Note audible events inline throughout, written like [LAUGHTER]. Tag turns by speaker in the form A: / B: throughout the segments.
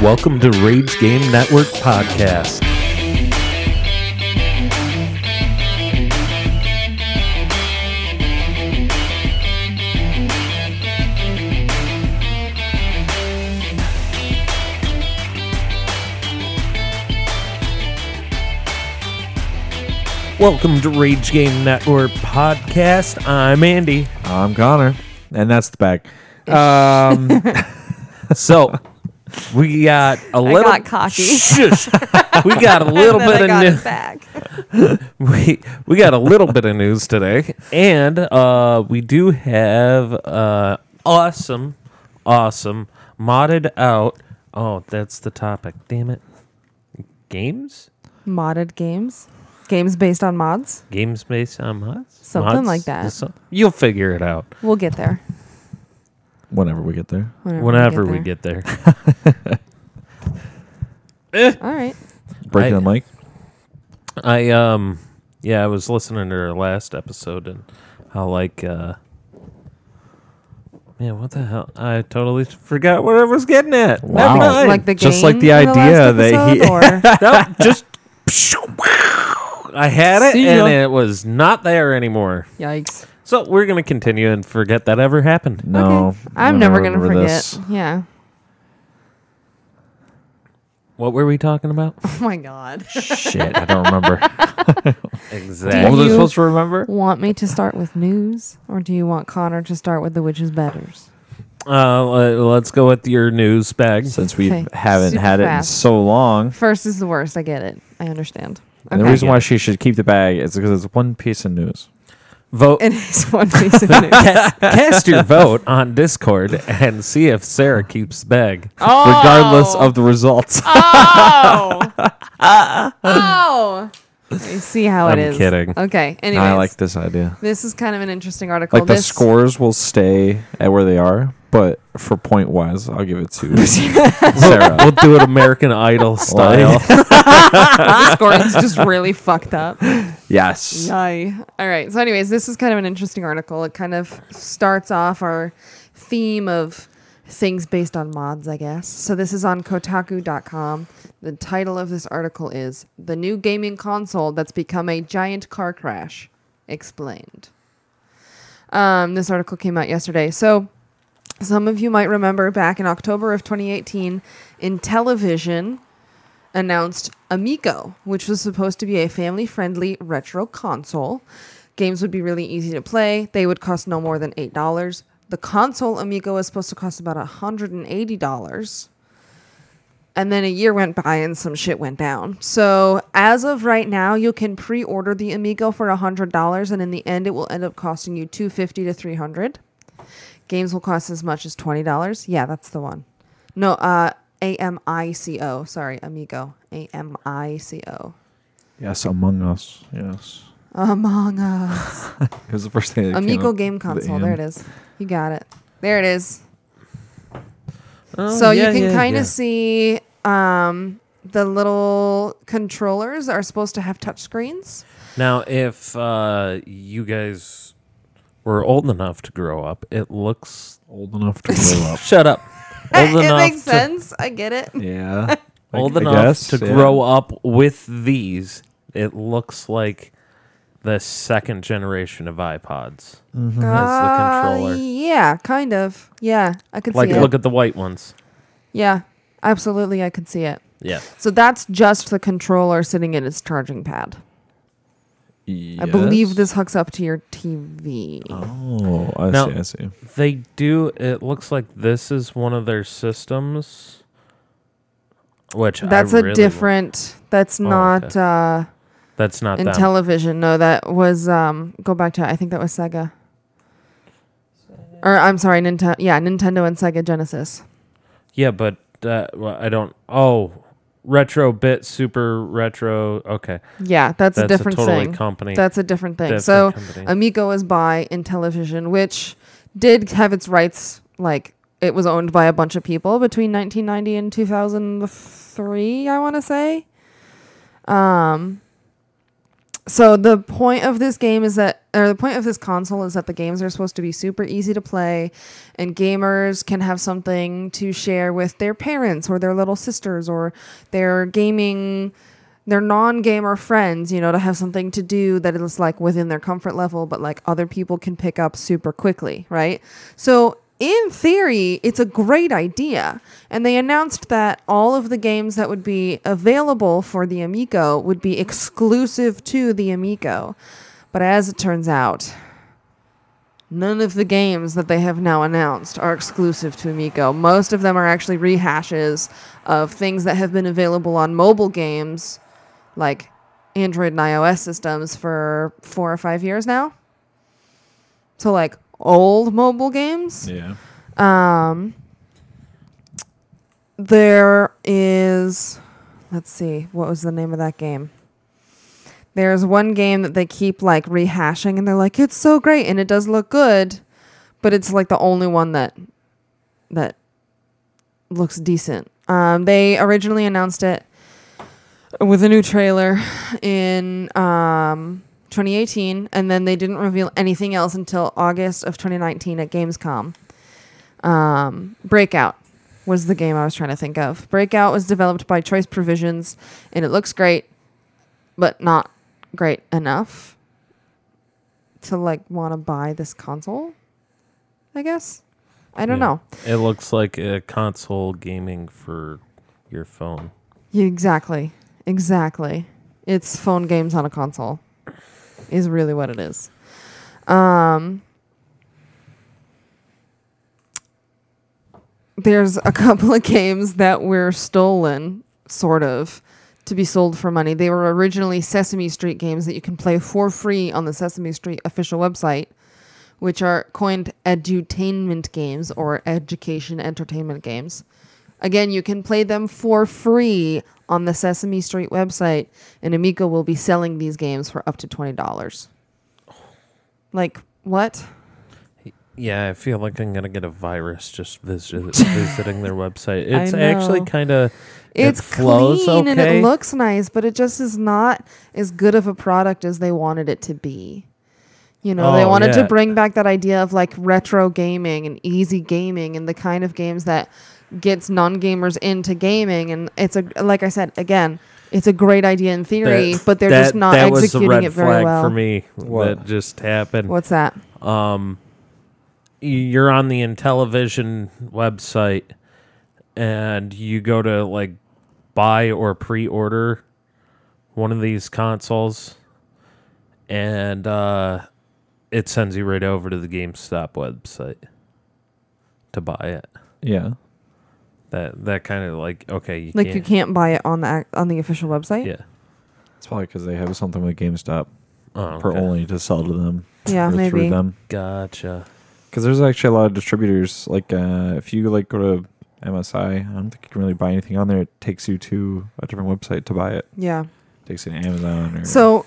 A: Welcome to Raids Game Network Podcast. Welcome to Rage Game Network Podcast. I'm Andy.
B: I'm Connor, and that's the bag. Um,
C: [LAUGHS]
A: So we got a little
C: got
A: [LAUGHS]
C: cocky.
A: Shush. we got a little
C: And then
A: bit
C: [LAUGHS] I got
A: of
C: it back.
A: news. [LAUGHS] We, we got a little bit of news today, and uh, we do have uh, awesome, awesome modded out. Oh, that's the topic. Damn it! Games,
C: [LAUGHS] Modded games, games based on mods.
A: games based on mods,
C: Something
A: Mods?
C: like that.
A: So- You'll figure it out
C: We'll get there.
B: whenever we get there,
A: whenever we get there.
C: there. All right.
B: breaking
A: I-
B: the mic.
A: I um yeah, I was listening to her last episode and how like uh Man, what the hell? I totally forgot what I was getting at.
B: Wow.
A: Never mind.
C: Like the
B: Just like
C: game
B: the
C: in last
B: idea that he-
C: episode,
B: [LAUGHS]
C: or-
A: Nope, just I had it
B: See ya.
A: and it was not there anymore.
C: yikes.
A: So we're gonna continue and forget that ever happened.
B: No,
C: Okay. I'm
B: I
C: never gonna
B: remember
C: forget.
B: this.
C: Yeah. [LAUGHS]
A: What were we talking
C: [LAUGHS]
A: about?
C: Oh my god.
B: Shit, I don't
C: [LAUGHS]
B: remember. what
A: exactly.
B: was I
C: You-
A: [LAUGHS]
B: supposed to remember?
C: want me to start with news, or do you want Connor to start with the witch's betters?
A: Uh, le- let's go with your news bag.
B: Since we
C: Okay.
B: haven't
C: Super
B: had it in
C: fast.
B: so long,
C: First is the worst. I get it. I understand.
B: and the
C: Okay.
B: reason why she should keep the bag is because it's one piece of news.
A: Vote
C: [LAUGHS] It is one piece of [LAUGHS] news.
A: Ca- cast your vote on Discord and see if Sarah keeps bag.
C: oh.
B: [LAUGHS] Regardless of the results,
C: Oh. oh. I see how
A: I'm
C: it is.
A: kidding.
C: Okay. [LAUGHS] Anyways,
B: I like this idea.
C: this is kind of an interesting article.
B: Like the
C: this,
B: scores will stay at where they are, but for point wise, I'll give it
C: [LAUGHS]
B: to Sarah.
A: We'll do it American Idol
C: Oh,
A: style.
C: [LAUGHS] the score is just really fucked up.
B: yes,
C: Yay. All right. So, anyways, this is kind of an interesting article. It kind of starts off our theme of things based on mods, I guess. So, this is on Kotaku.com. The title of this article is The New Gaming Console That's Become a Giant Car Crash Explained. Um, this article came out yesterday. So, some of you might remember back in October of 2018, Intellivision announced Amico, which was supposed to be a family friendly retro console. Games would be really easy to play, they would cost no more than $8. The console Amico was supposed to cost about $180. And then a year went by and some shit went down. So, as of right now, you can pre order the Amigo for $100, and in the end, it will end up costing you 250 to 300 Games will cost as much as twenty dollars. Yeah, that's the one. No, uh, A M I C O. Sorry, amigo. A M I C O.
B: yes, Among Us. Yes,
C: Among Us.
B: it was the first thing. That came
C: Amigo
B: up,
C: game
B: the
C: console.
B: M.
C: there it is. You got it. There it is.
A: Oh,
C: so you can kind of see um, the little controllers are supposed to have touch screens.
A: Now, if uh, you guys were old enough to grow up, it looks.
B: Old enough to
A: [LAUGHS]
B: grow up.
A: Shut up. Old
C: [LAUGHS] it
A: enough
C: makes
A: to,
C: sense. I get it.
B: Yeah.
A: Old enough to grow up with these, it looks like the second generation of iPods. Mm-hmm. That's the
C: Uh,
A: controller.
C: yeah, kind of. Yeah, I could
A: Like,
C: see
A: look
C: it.
A: at the white ones.
C: Yeah, absolutely, I could see it.
A: Yeah.
C: So that's just the controller sitting in its charging pad. I believe this hooks up to your TV.
B: Oh, I
A: Now-
B: see. I see.
A: They do. It looks like this is one of their systems. Which I
C: that's
A: really
C: a
A: wa-
C: different. That's not
A: okay.
C: uh,
A: That's not
C: in
A: them.
C: television. No, that was um. Go back to I think that was Sega. Or I'm sorry, Nintendo. Yeah, Nintendo and Sega Genesis.
A: yeah, but uh, well, I don't. Oh, retro bit, super retro. Okay,
C: Yeah, that's,
A: that's
C: a different
A: totally
C: thing.
A: company.
C: That's a different thing.
A: Different
C: so
A: company.
C: Amico is by Intellivision, which did have its rights like it was owned by a bunch of people between 1990 and 2003, I want to say. Um, so the point of this game is that or the point of this console is that the games are supposed to be super easy to play and gamers can have something to share with their parents or their little sisters or their gaming their non-gamer friends, you know, to have something to do that is like within their comfort level but like other people can pick up super quickly, right? So in theory, it's a great idea. And they announced that all of the games that would be available for the Amico would be exclusive to the Amico. But as it turns out, none of the games that they have now announced are exclusive to Amico. Most of them are actually rehashes of things that have been available on mobile games, like Android and iOS systems, for four or five years now. So, like, old mobile games.
B: Yeah.
C: Um, there is, let's see, what was the name of that game? There's one game that they keep like rehashing, and they're like, "It's so great, and it does look good," but it's like the only one that that looks decent. Um, they originally announced it with a new trailer in um, 2018, and then they didn't reveal anything else until August of 2019 at Gamescom. Um, Breakout was the game I was trying to think of. Breakout was developed by Choice Provisions, and it looks great, but not great enough to like want to buy this console. I guess. I don't
A: Yeah.
C: know.
A: It looks like a console gaming for your phone.
C: Yeah, exactly. Exactly. It's phone games on a console, is really what it is. Um, there's a [LAUGHS] couple of games that were stolen, sort of, to be sold for money. They were originally Sesame Street games that you can play for free on the Sesame Street official website, which are coined edutainment games or education entertainment games. Again, you can play them for free on the Sesame Street website, and Amico will be selling these games for up to twenty dollars. Like what?
A: Yeah, I feel like I'm gonna get a virus just
C: [LAUGHS]
A: visit, visiting their website.
C: I
A: It's actually
C: know.
A: kind of
C: It's
A: it flows
C: clean
A: okay.
C: and it looks nice, but it just is not as good of a product as they wanted it to be. You know, they
A: Oh,
C: wanted to
A: yeah.
C: bring back that idea of like retro gaming and easy gaming and the kind of games that gets non-gamers into gaming and it's a like I said again, it's a great idea in theory,
A: That-
C: but they're
A: that-
C: just not
A: that was a
C: executing
A: red
C: it very
A: flag
C: well.
A: for me.
B: What?
A: That just happened.
C: What's that?
A: Um, you're on the Intellivision website and you go to like buy or pre order one of these consoles and uh, it sends you right over to the GameStop website to buy it.
B: Yeah.
A: That that kind of like okay, you
C: Like
A: can't,
C: you can't buy it on the ac- on the official website.
A: yeah.
B: It's probably because they have something with GameStop
A: Oh,
B: for
A: okay.
B: only to sell to them.
C: Yeah,
B: or
C: maybe.
B: Through them.
A: Gotcha.
B: Because there's actually a lot of distributors. Like uh, if you like go to MSI, I don't think you can really buy anything on there. It takes you to a different website to buy it.
C: Yeah.
B: it takes you to Amazon or
C: So,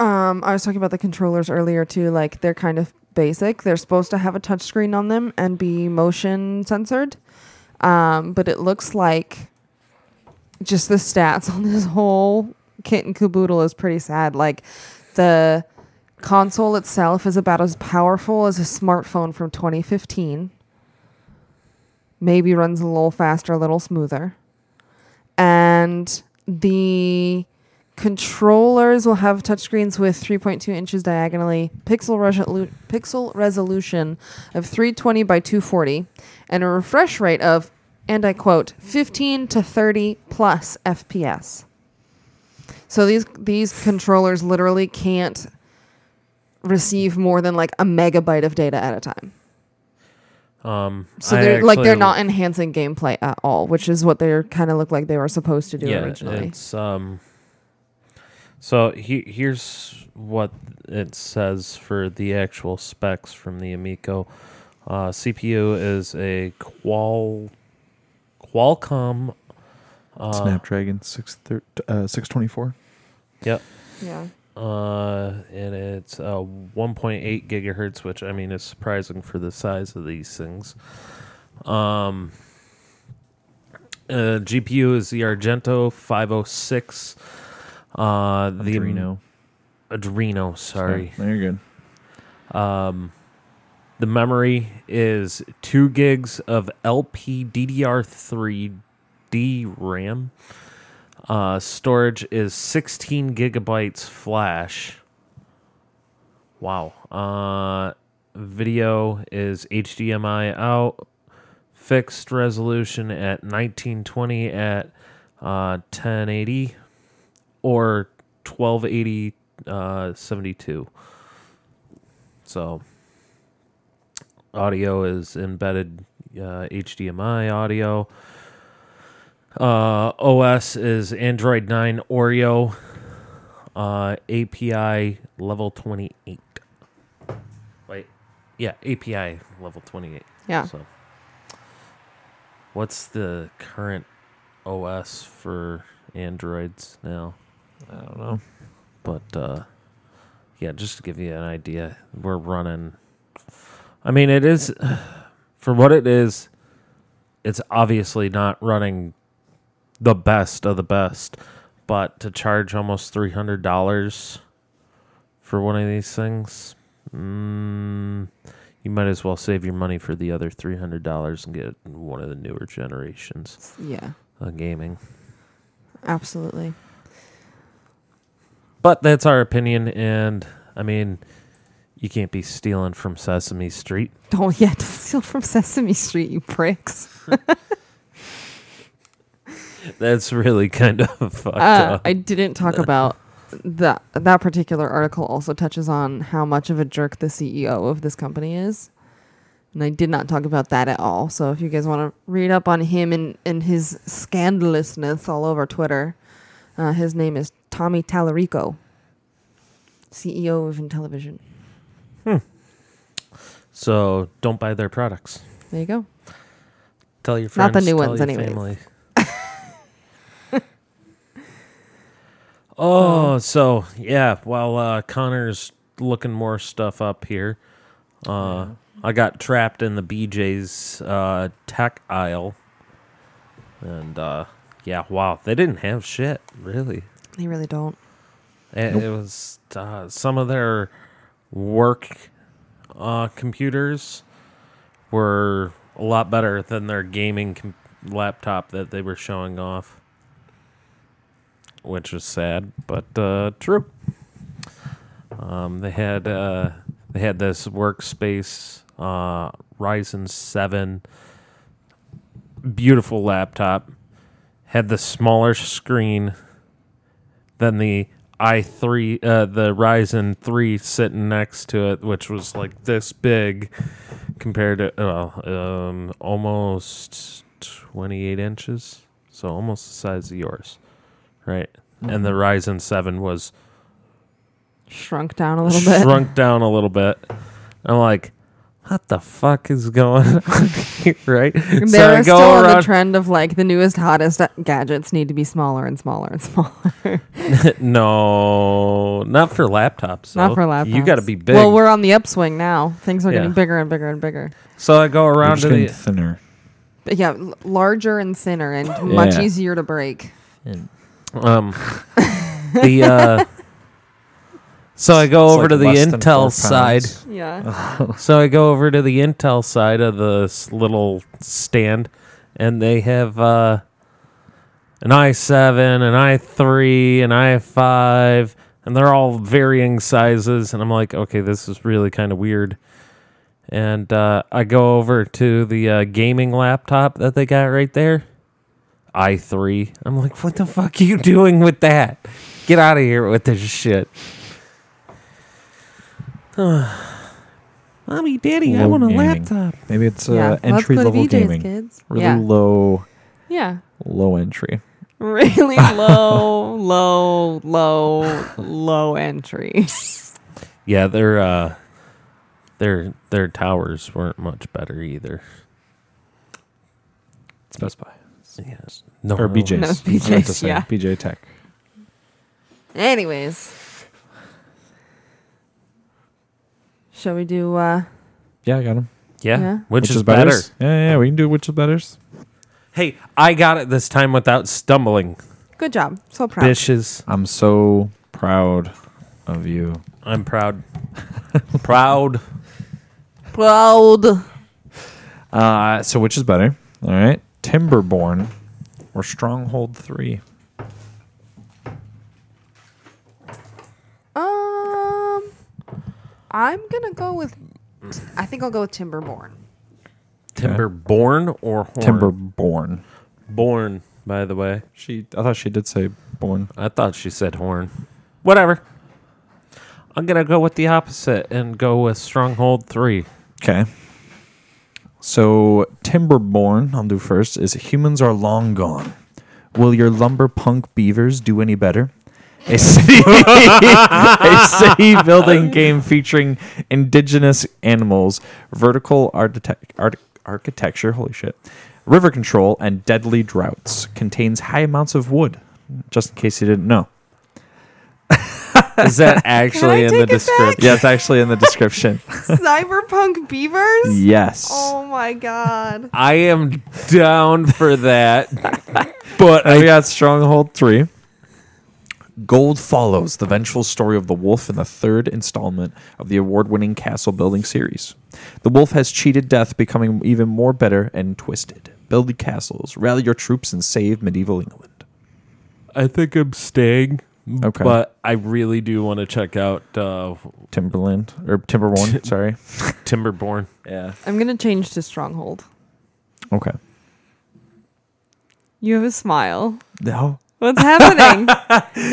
C: um, I was talking about the controllers earlier too. Like they're kind of basic. They're supposed to have a touch screen on them and be motion censored, um, but it looks like just the stats [LAUGHS] on this whole kit and caboodle is pretty sad. Like the console itself is about as powerful as a smartphone from 2015. Maybe runs a little faster, a little smoother. And the controllers will have touchscreens with 3.2 inches diagonally, pixel, resolu- pixel resolution of 320 by 240, and a refresh rate of, and I quote, 15 to 30 plus FPS. So these these controllers literally can't receive more than like a megabyte of data at a time.
A: Um
C: So
A: I
C: they're like they're
A: actually-
C: not enhancing gameplay at all, which is what they kind of look like they were supposed to do originally.
A: It's um so he, here's what it says for the actual specs from the Amico. Uh, CPU is a Qual Qualcomm uh,
B: Snapdragon six thir- uh, six twenty four.
A: Yep.
C: Yeah.
A: Uh, and it's uh, 1.8 gigahertz, which I mean is surprising for the size of these things. Um, uh, GPU is the Argento 506. Uh, the
B: Adreno.
A: Adreno, sorry.
B: No, you're good.
A: Um, the memory is two gigs of LPDDR3 DRAM. Uh, storage is 16 gigabytes flash. Wow. Uh, video is HDMI out, fixed resolution at 1920 at uh, 1080 or 1280 uh, 72. So audio is embedded uh, HDMI audio. Uh, OS is Android 9 Oreo uh, API level 28. Wait, yeah, API level 28.
C: Yeah.
A: So, what's the current OS for Androids now?
B: I don't know.
A: But uh, yeah, just to give you an idea, we're running. I mean, it is [SIGHS] for what it is. It's obviously not running the best of the best, but to charge almost three hundred dollars for one of these things, mm, you might as well save your money for the other three hundred dollars and get one of the newer generations
C: Yeah,
A: of gaming.
C: absolutely.
A: But that's our opinion, and I mean, you can't be stealing from Sesame Street. [LAUGHS]
C: [LAUGHS] Oh yeah, don't steal from Sesame Street, you pricks.
A: That's really kind of [LAUGHS] fucked
C: Uh,
A: up.
C: I didn't talk about that. That particular article also touches on how much of a jerk the CEO of this company is, and I did not talk about that at all. So if you guys want to read up on him and and his scandalousness all over Twitter, uh, his name is Tommy Tallarico, CEO of Intellivision.
A: so don't buy their products.
C: There you go.
A: Tell your friends.
C: Not the new
A: tell
C: ones,
A: your
C: anyways. [LAUGHS]
A: Family.
C: Um,
A: oh, so yeah. While uh, Connor's looking more stuff up here, uh, I got trapped in the BJ's uh, tech aisle, and uh, yeah, wow, they didn't have shit really.
C: They really don't.
A: It, it was uh, some of their work uh, computers were a lot better than their gaming com- laptop that they were showing off, which is sad but uh, true. Um, they had uh, they had this workspace uh, Ryzen seven, beautiful laptop, had the smaller screen than the i3 uh, the Ryzen 3 sitting next to it which was like this big compared to uh, um, almost 28 inches so almost the size of yours right and the Ryzen 7 was
C: Shrunk down a little bit.
A: shrunk down a little bit I'm like what the fuck is going on here, [LAUGHS] right so
C: They're
A: I
C: still
A: go
C: on the
A: around
C: trend of like the newest, hottest gadgets need to be smaller and smaller and [LAUGHS] smaller.
A: no not for laptops
C: Not
A: though.
C: for laptops.
A: you got to be big
C: Well, we're on the upswing now. Things are
A: Yeah.
C: getting bigger and bigger and bigger.
A: so I go
B: We're
A: around
B: just
A: to
B: getting
A: the
B: thinner.
C: But yeah, l- larger and thinner and much
B: Yeah.
C: easier to break.
A: Um, the uh, so I go
B: It's
A: over
B: like
A: to the
B: less than four
A: Intel
B: pounds.
A: side.
C: Yeah.
A: So I go over to the Intel side of this little stand, and they have uh, an i7, an i3, an i5, and they're all varying sizes. And I'm like, okay, this is really kind of weird. And uh, I go over to the uh, gaming laptop that they got right there, i3. I'm like, what the fuck are you doing with that? Get out of here with this shit. [SIGHS] Mommy, daddy, I
B: Low
A: want a
B: gaming.
A: laptop.
B: Maybe it's uh,
C: Yeah. Let's go
B: entry
C: to
B: level
C: VJ's,
B: gaming.
C: Kids.
B: Really
C: yeah. [LAUGHS]
B: low,
C: yeah.
B: low entry.
A: [LAUGHS]
C: Really low, low, low, low entry.
A: Yeah, their uh, their their towers weren't much better either.
B: It's Best Buy
A: Yeah. No,
B: or BJ's.
C: [LAUGHS] No,
B: I meant to
C: BJ's,
B: say,
C: yeah.
B: BJ Tech.
C: Anyways. Shall we do uh
B: Yeah, I got him.
A: Yeah,
C: Yeah.
A: Which, is, better.
B: Yeah, yeah, we can do which is betters.
A: Hey, I got it this time without stumbling.
C: Good job. So proud.
A: Bitches.
B: I'm so proud of you.
A: I'm [LAUGHS] proud. proud.
C: Proud.
B: Uh, so which is better? All right, Timberborn or Stronghold Three?
C: Um, I'm gonna go with. I think I'll go with
B: [LAUGHS]
C: Timberborn.
A: Timber born or horn?
B: Timberborn.
A: born, by the way.
B: She, I thought she did say born.
A: I thought she said horn. Whatever. I'm gonna go with the opposite and go with Stronghold Three.
B: Okay. So Timberborn, I'll do first. Is humans are long gone. Will your lumber punk beavers do any better? A city, [LAUGHS] a city building game featuring indigenous animals, vertical architec- arch- architecture, holy shit, river control, and deadly droughts. Contains high amounts of wood, just in case you didn't
C: [LAUGHS]
B: know.
A: Is that actually
C: I
A: in the
C: take it back?
A: description?
B: Yeah, it's actually in the
C: [LAUGHS]
B: description.
C: Cyberpunk beavers.
B: yes.
C: Oh my god.
A: I am down for that.
B: But we got Stronghold 3. Gold follows the vengeful story of the wolf in the third installment of the award winning castle building series. The wolf has cheated death, becoming even more bitter and twisted. Build castles, rally your troops, and save medieval England.
A: [LAUGHS] I think I'm staying.
B: Okay.
A: But I really do want to check out uh,
B: Timberland, or Timberborn, sorry.
A: Timberborn.
B: Yeah.
C: I'm gonna change to Stronghold.
B: Okay.
C: You have a smile.
B: No.
C: What's
B: [LAUGHS]
C: happening?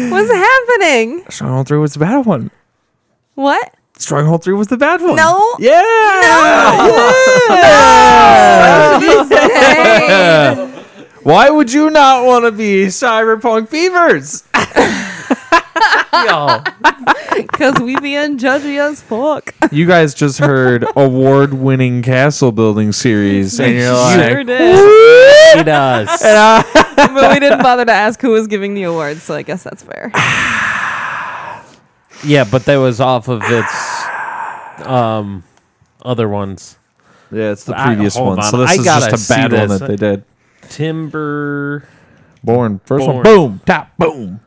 C: What's happening?
B: Stronghold 3 was the bad one. [LAUGHS]
C: What?
B: Stronghold 3 was the bad one.
C: No.
B: Yeah. [LAUGHS]
C: Dang.
B: Why would you not want to be Cyberpunk Beavers?
A: Yo.
C: Cause we being judgy as
B: [LAUGHS]
C: fuck.
B: You guys just
A: [LAUGHS]
B: heard award winning castle building series, and you're like,
C: sure did.
A: She does.
C: But we didn't bother to ask who was giving the awards, so I guess that's fair.
A: Yeah, but that was off of its um other ones.
B: Yeah, it's the
A: I-
B: previous
A: hold
B: one.
A: on,
B: So this
A: I
B: is
A: gotta
B: just a bad
A: see
B: one
A: this.
B: that they did.
A: Timber
B: Born. First one,
A: Born.
B: boom, top, boom.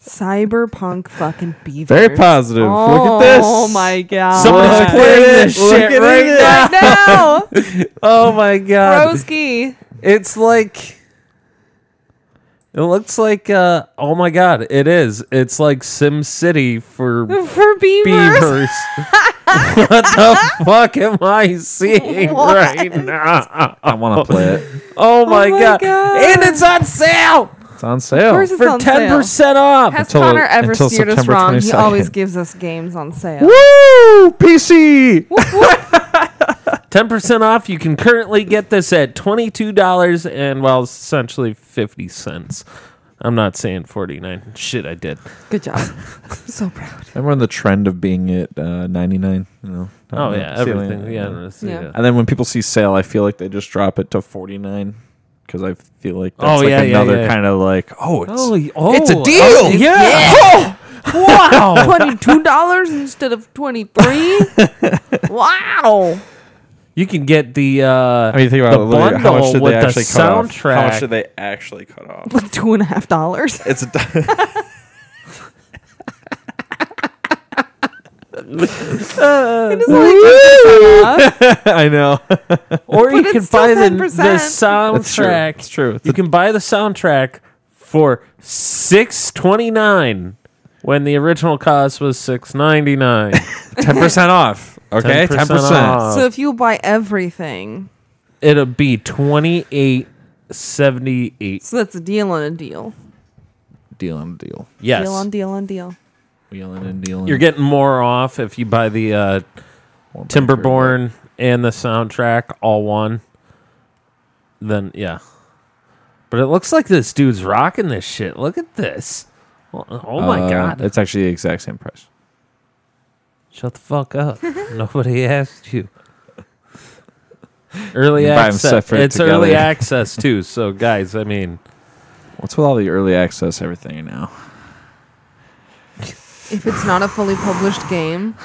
C: Cyberpunk fucking beavers.
B: Very positive. Look at this.
C: Oh my god.
A: Somebody's
B: Look
A: playing
B: at
A: this
B: it. Look
A: shit
B: at
A: right
B: it.
A: now.
C: right now.
A: Oh my god.
C: Broski.
A: It's like it looks like uh oh my god, it is. It's like Sim City for
C: For beavers.
A: beavers. [LAUGHS] what the fuck am I seeing
C: What?
A: right now?
B: I want to play it.
A: Oh my,
C: my
A: god.
C: God.
A: And it's on sale
B: It's on sale.
C: Where's it- It's
A: for
C: on
A: ten
C: sale.
A: percent off.
C: Has
B: Until-
C: Connor ever
B: until
C: steered us
B: September
C: wrong? He
B: 22nd.
C: always gives us games on sale.
B: Woo! PC!
A: Ten percent off. You can currently get this at twenty-two dollars and well, essentially fifty cents. I'm not saying forty-nine. Shit, I did.
C: Good job. [LAUGHS] so proud.
B: And we're in the trend of being at uh, 99. You know,
A: Oh
B: uh,
A: yeah,
B: ceiling.
A: everything. Yeah, I don't see
C: Yeah.
A: that.
B: And then when people see sale, I feel like they just drop it to 49 because I feel like that's
A: Oh,
B: like
A: yeah, yeah,
B: another
A: yeah.
B: kind of like, oh, it's,
A: Oh, y- oh,
B: it's a
A: oh,
B: deal.
A: yeah.
C: [LAUGHS] Wow. $22 instead of 23 Wow. [LAUGHS]
A: You can get the. Uh,
B: I mean, think about
A: the
B: it, literally, how much
A: bundle
B: did
A: with
B: they
A: the
B: actually cut off? How
A: soundtrack.
B: much did they actually cut off?
C: Two and a half dollars.
B: It's a [LAUGHS]
C: It is like 10% off.
B: [LAUGHS] I know.
A: or you
C: But
A: can
C: it's still
A: buy the, the
C: 10%.
A: soundtrack.
B: It's true. It's
A: You can buy the soundtrack for six twenty-nine when the original cost was six ninety-nine.
B: ten percent off.
A: [LAUGHS]
B: Okay,
A: 10%
B: ten
A: off.
B: percent.
C: So if you buy everything,
A: It'll be twenty-eight seventy-eight.
C: so that's a deal on a deal.
B: Deal on deal.
A: Yes.
C: Deal on deal on deal.
B: Wheeling and dealing.
A: You're getting more off if you buy the uh,
B: More back here,
A: Timberborn and the soundtrack all one. Then yeah, but it looks like this dude's rocking this shit. Look at this. Oh oh
B: but-
A: my
B: Uh,
A: god!
B: It's actually the exact same price.
A: Shut the fuck
B: [LAUGHS]
A: up. Nobody asked you. Early
B: You buy 'em
A: access.
B: separate
A: It's early
B: together.
A: access too. So guys, I mean,
B: What's with all the early access everything now?
C: If it's not a fully published game,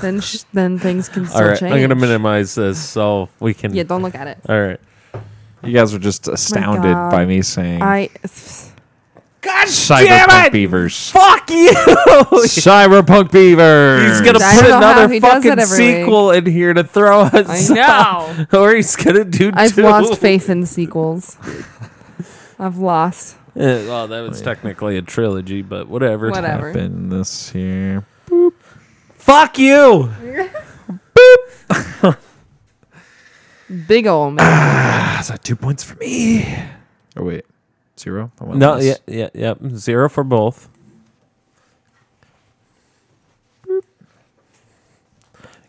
C: then sh- then things can still
A: all right.
C: change.
A: I'm gonna minimize this so we can.
C: Yeah, don't look at it.
A: all right.
B: You guys were just astounded
C: Oh God.
B: by me saying
C: I.
B: cyberpunk beavers.
A: Fuck you!
B: [LAUGHS] cyberpunk beavers.
A: He's gonna
C: I
A: put
C: don't know how
A: another
C: he does that
A: fucking
C: every week.
A: sequel in here to throw us.
C: I know.
A: off. [LAUGHS] or he's gonna do. [LAUGHS]
C: I've
A: two.
C: lost faith in sequels. I've lost.
A: Eh, well, that was technically a trilogy, but whatever.
C: Whatever.
B: happen this year.
A: Fuck you!
C: Big old man.
B: That's like two points for me. Oh wait, zero. I went
A: No,
B: last.
A: yeah, yeah, yeah. Zero for both.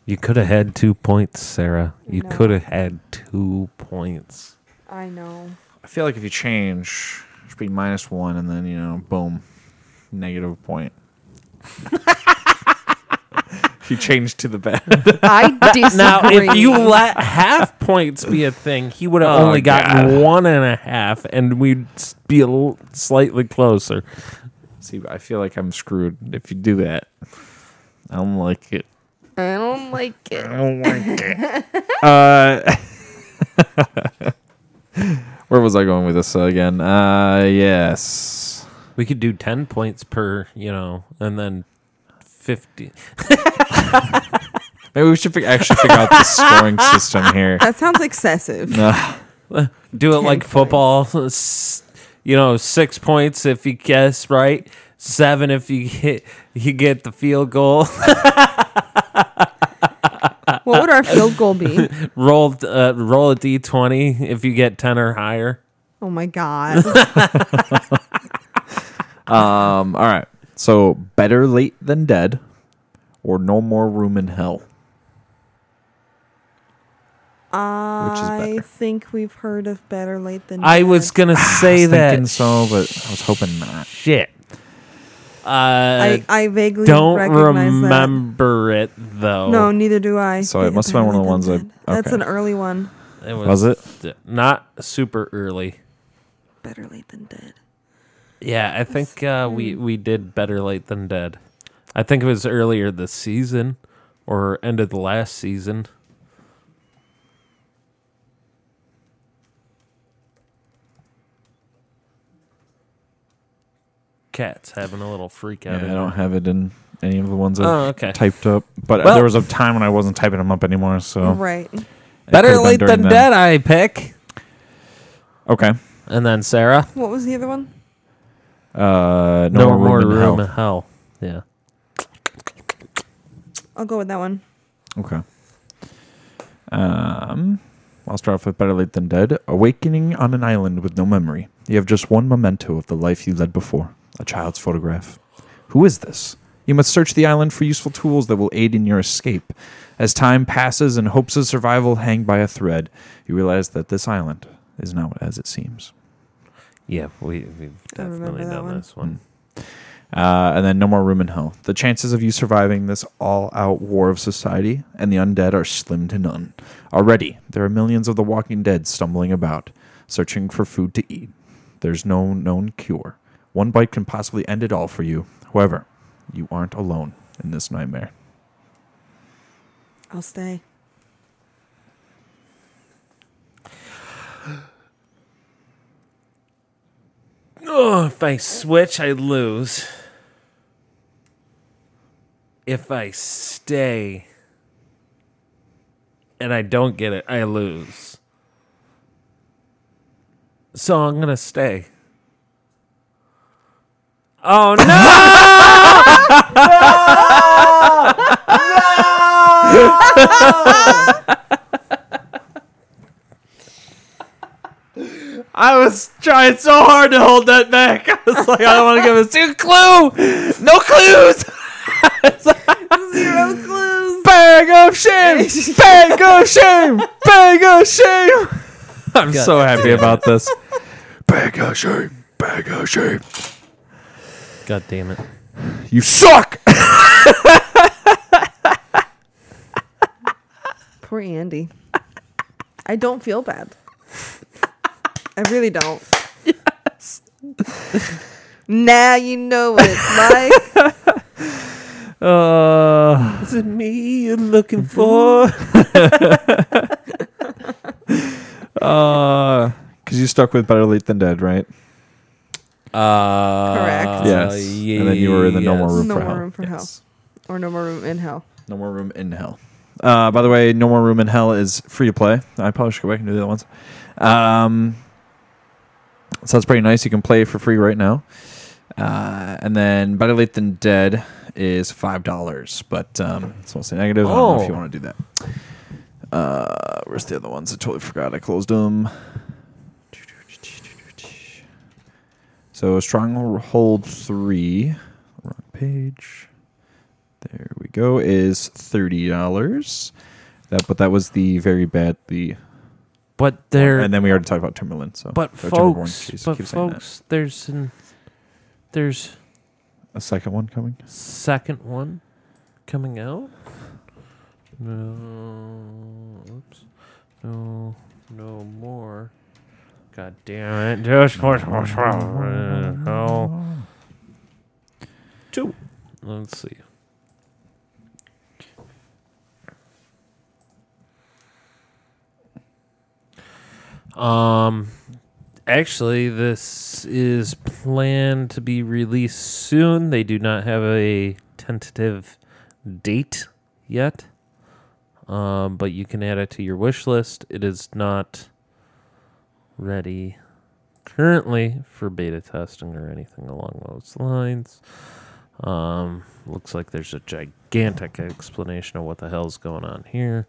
A: You could have had two points, Sarah. You
C: No.
A: could have had two points.
C: I know.
B: I feel like if you change, it should be minus one, and then you know, boom, negative point. [LAUGHS] you change to the bad.
C: I disagree.
A: Now, if
D: [LAUGHS]
A: you let half points be a thing, he would have
B: Oh,
A: only gotten
B: God.
A: one and a half, and we'd s- be a l- slightly closer.
B: [LAUGHS] See, I feel like I'm screwed if you do that. I don't like it.
C: I don't like it.
B: I don't like it. uh, [LAUGHS] where was I going with this again? Uh, yes.
A: We could do 10 points per, you know, and then 50.
B: Maybe we should fi- actually figure out the scoring system here.
D: That sounds excessive.
B: No.
A: Do it like
D: points.
A: football. s- You know, six points if you guess right, seven if you hit, you get the field goal. [LAUGHS]
D: What would our field goal be?
A: roll, uh, roll a d twenty if you get ten or higher.
D: Oh my god.
B: Um, all right. So better late than dead, or no more room in hell.
D: I
B: better.
D: think we've heard of better late than
A: Ah, I
D: dead.
A: was gonna
B: I
A: say
B: was thinking
A: that.
B: so, but I was hoping not.
A: Shit. Uh,
D: I, I vaguely
A: don't
D: recognize
A: remember it though.
D: That. No, neither do I.
B: So it
D: Be-
B: must have been one of the
D: Better
B: ones
D: Late
B: I-
D: Than Dead. That's
B: okay.
D: an early one.
A: it
B: Was it?
A: not super early?
D: Better late than dead.
A: Yeah, I think uh, we we did better late than dead. I think it was earlier this season or end of the last season. Cat's having a little freak
B: Yeah,
A: out.
B: I
A: in
B: don't
A: there.
B: have it in any of the ones I
A: Oh, okay.
B: typed up. But
A: Well-
B: there was a time when I wasn't typing them up anymore. So
D: Right.
B: it
A: better
B: could've been
A: late
B: during
A: than
B: then.
A: dead. I pick,
B: Okay.
A: and then Sarah.
D: What was the other one?
B: Uh,
A: No, more room, in hell. Yeah.
D: I'll go with that one.
B: Okay. Um, I'll start off with Better Late Than Dead. Awakening on an island with no memory. You have just one memento of the life you led before a child's photograph. Who is this? You must search the island for useful tools that will aid in your escape. As time passes and hopes of survival hang by a thread, you realize that this island is not as it seems.
A: Yeah, we, we've
D: I remember
A: definitely
D: that
A: done
D: one.
A: this one.
B: Uh, and then No More Room in Hell. The chances of you surviving this all out war of society and the undead are slim to none. Already, there are millions of the walking dead stumbling about, searching for food to eat. There's no known cure. One bite can possibly end it all for you. However, you aren't alone in this nightmare.
D: I'll stay.
A: Oh, if I switch, I lose. If I stay and I don't get it, I lose. So I'm going to stay. Oh, no!
B: I was trying so hard to hold that back. [LAUGHS] I was like, I don't want to give a single clue. No clues.
D: Zero clues.
B: Bag of shame. [LAUGHS] Bag of shame. Bag of shame. I'm
A: God
B: so happy about this. [LAUGHS] Bag of shame. Bag of shame.
A: [LAUGHS] God damn it.
B: You suck. [LAUGHS]
D: Poor Andy. I don't feel bad. I really don't.
C: Now you know what it's like.
B: Uh,
A: Is it me you're looking for?
B: uh, stuck with Better Late Than Dead, right?
A: [LAUGHS] Uh,
C: Correct.
B: Yes. And then you were in the No More Room
C: No
B: for
C: More
B: Hell.
C: Room for Hell.
B: Yes.
C: or no more room in hell.
B: No More Room in Hell. Uh, by the way, No More Room in Hell is free to play. I probably should go back and do the other ones. Um, so that's pretty nice. You can play for free right now. Uh, and then Better Late Than Dead is $5, but um, it's mostly negative. I don't know if you
A: Oh.
B: want to do that. Uh, where's the other ones? I totally forgot. I closed them. So Stronghold 3, wrong page. There we go. Is thirty dollars. That, but that was the very bad the.
A: But there,
B: and then we already talked about Timberland. So
A: but
B: or Timberborn,
A: folks,
B: jeez, I
A: but
B: keep saying that.
A: folks, there's an, there's
B: a second one coming.
A: second one coming out. No, oops, no, no more. God damn it! Just push, push, push. No, two. Let's see. Um, actually, this is planned to be released soon. They do not have a tentative date yet, um, but you can add it to your wish list. It is not ready currently for beta testing or anything along those lines. Um, looks like there's a gigantic explanation of what the hell's going on here.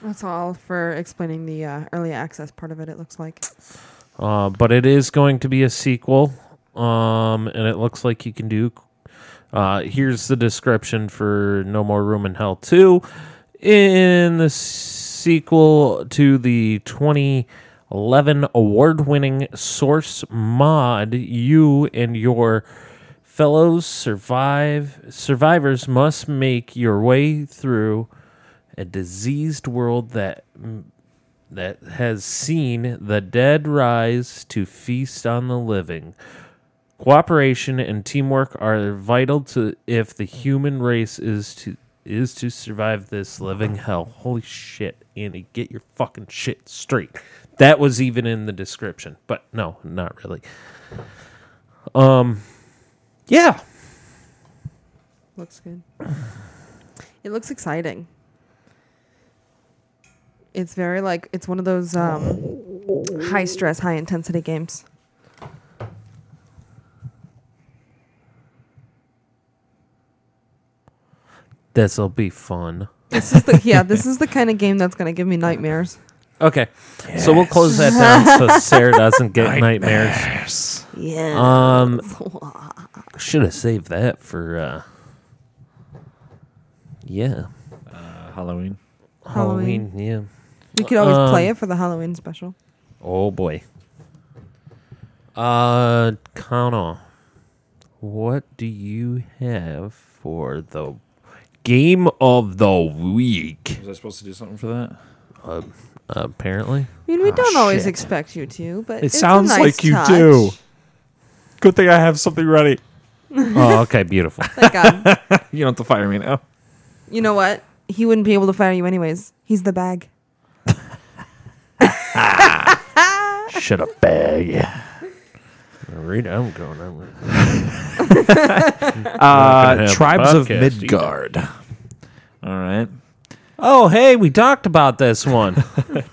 E: That's all for explaining the uh, early access part of it. It looks like.
A: Uh, but it is going to be a sequel. Um, and it looks like you can do. Uh, here's the description for No More Room in Hell 2. In the sequel to the 2011 award winning Source mod, you and your fellows survive survivors must make your way through a diseased world that that has seen the dead rise to feast on the living. Cooperation and teamwork are vital to if the human race is to is to survive this living hell. Holy shit, Andy, get your fucking shit straight. That was even in the description, but no, not really. Um yeah.
E: Looks good. It looks exciting.
C: It's very like it's one of those um, high stress, high intensity games.
A: This'll be fun.
C: This is the yeah. This is the kind of game that's gonna give me nightmares.
A: Okay. So we'll close that down so Sarah doesn't [LAUGHS] get nightmares.
B: Yes. Uh,
C: Yeah.
A: Um, should have saved that for. uh Yeah,
B: Uh, Halloween.
A: Halloween. Yeah.
C: we could always play
A: um,
C: it for the Halloween special.
A: Oh boy. Uh, Connell, what do you have for the game of the week?
B: Was I supposed to do something for that?
A: [LAUGHS] Apparently.
C: I mean, we
B: Ah,
C: don't always
B: shit.
C: expect you to, but
B: It
C: it's a
B: sounds
C: nice
B: like you
C: touch.
B: do. Good thing I have something ready.
A: oh, okay. [LAUGHS] Beautiful.
B: [LAUGHS]
C: Thank God.
B: You don't have to fire me now.
C: um, You know what? He wouldn't be able to fire you anyways. He's the bag.
A: Shut up, bag. Read. I'm going. I'm going. gonna
B: Uh,
A: have a
B: Tribes of
A: podcast either.
B: Midgard. All right.
A: Oh, hey, we talked about this [LAUGHS] one.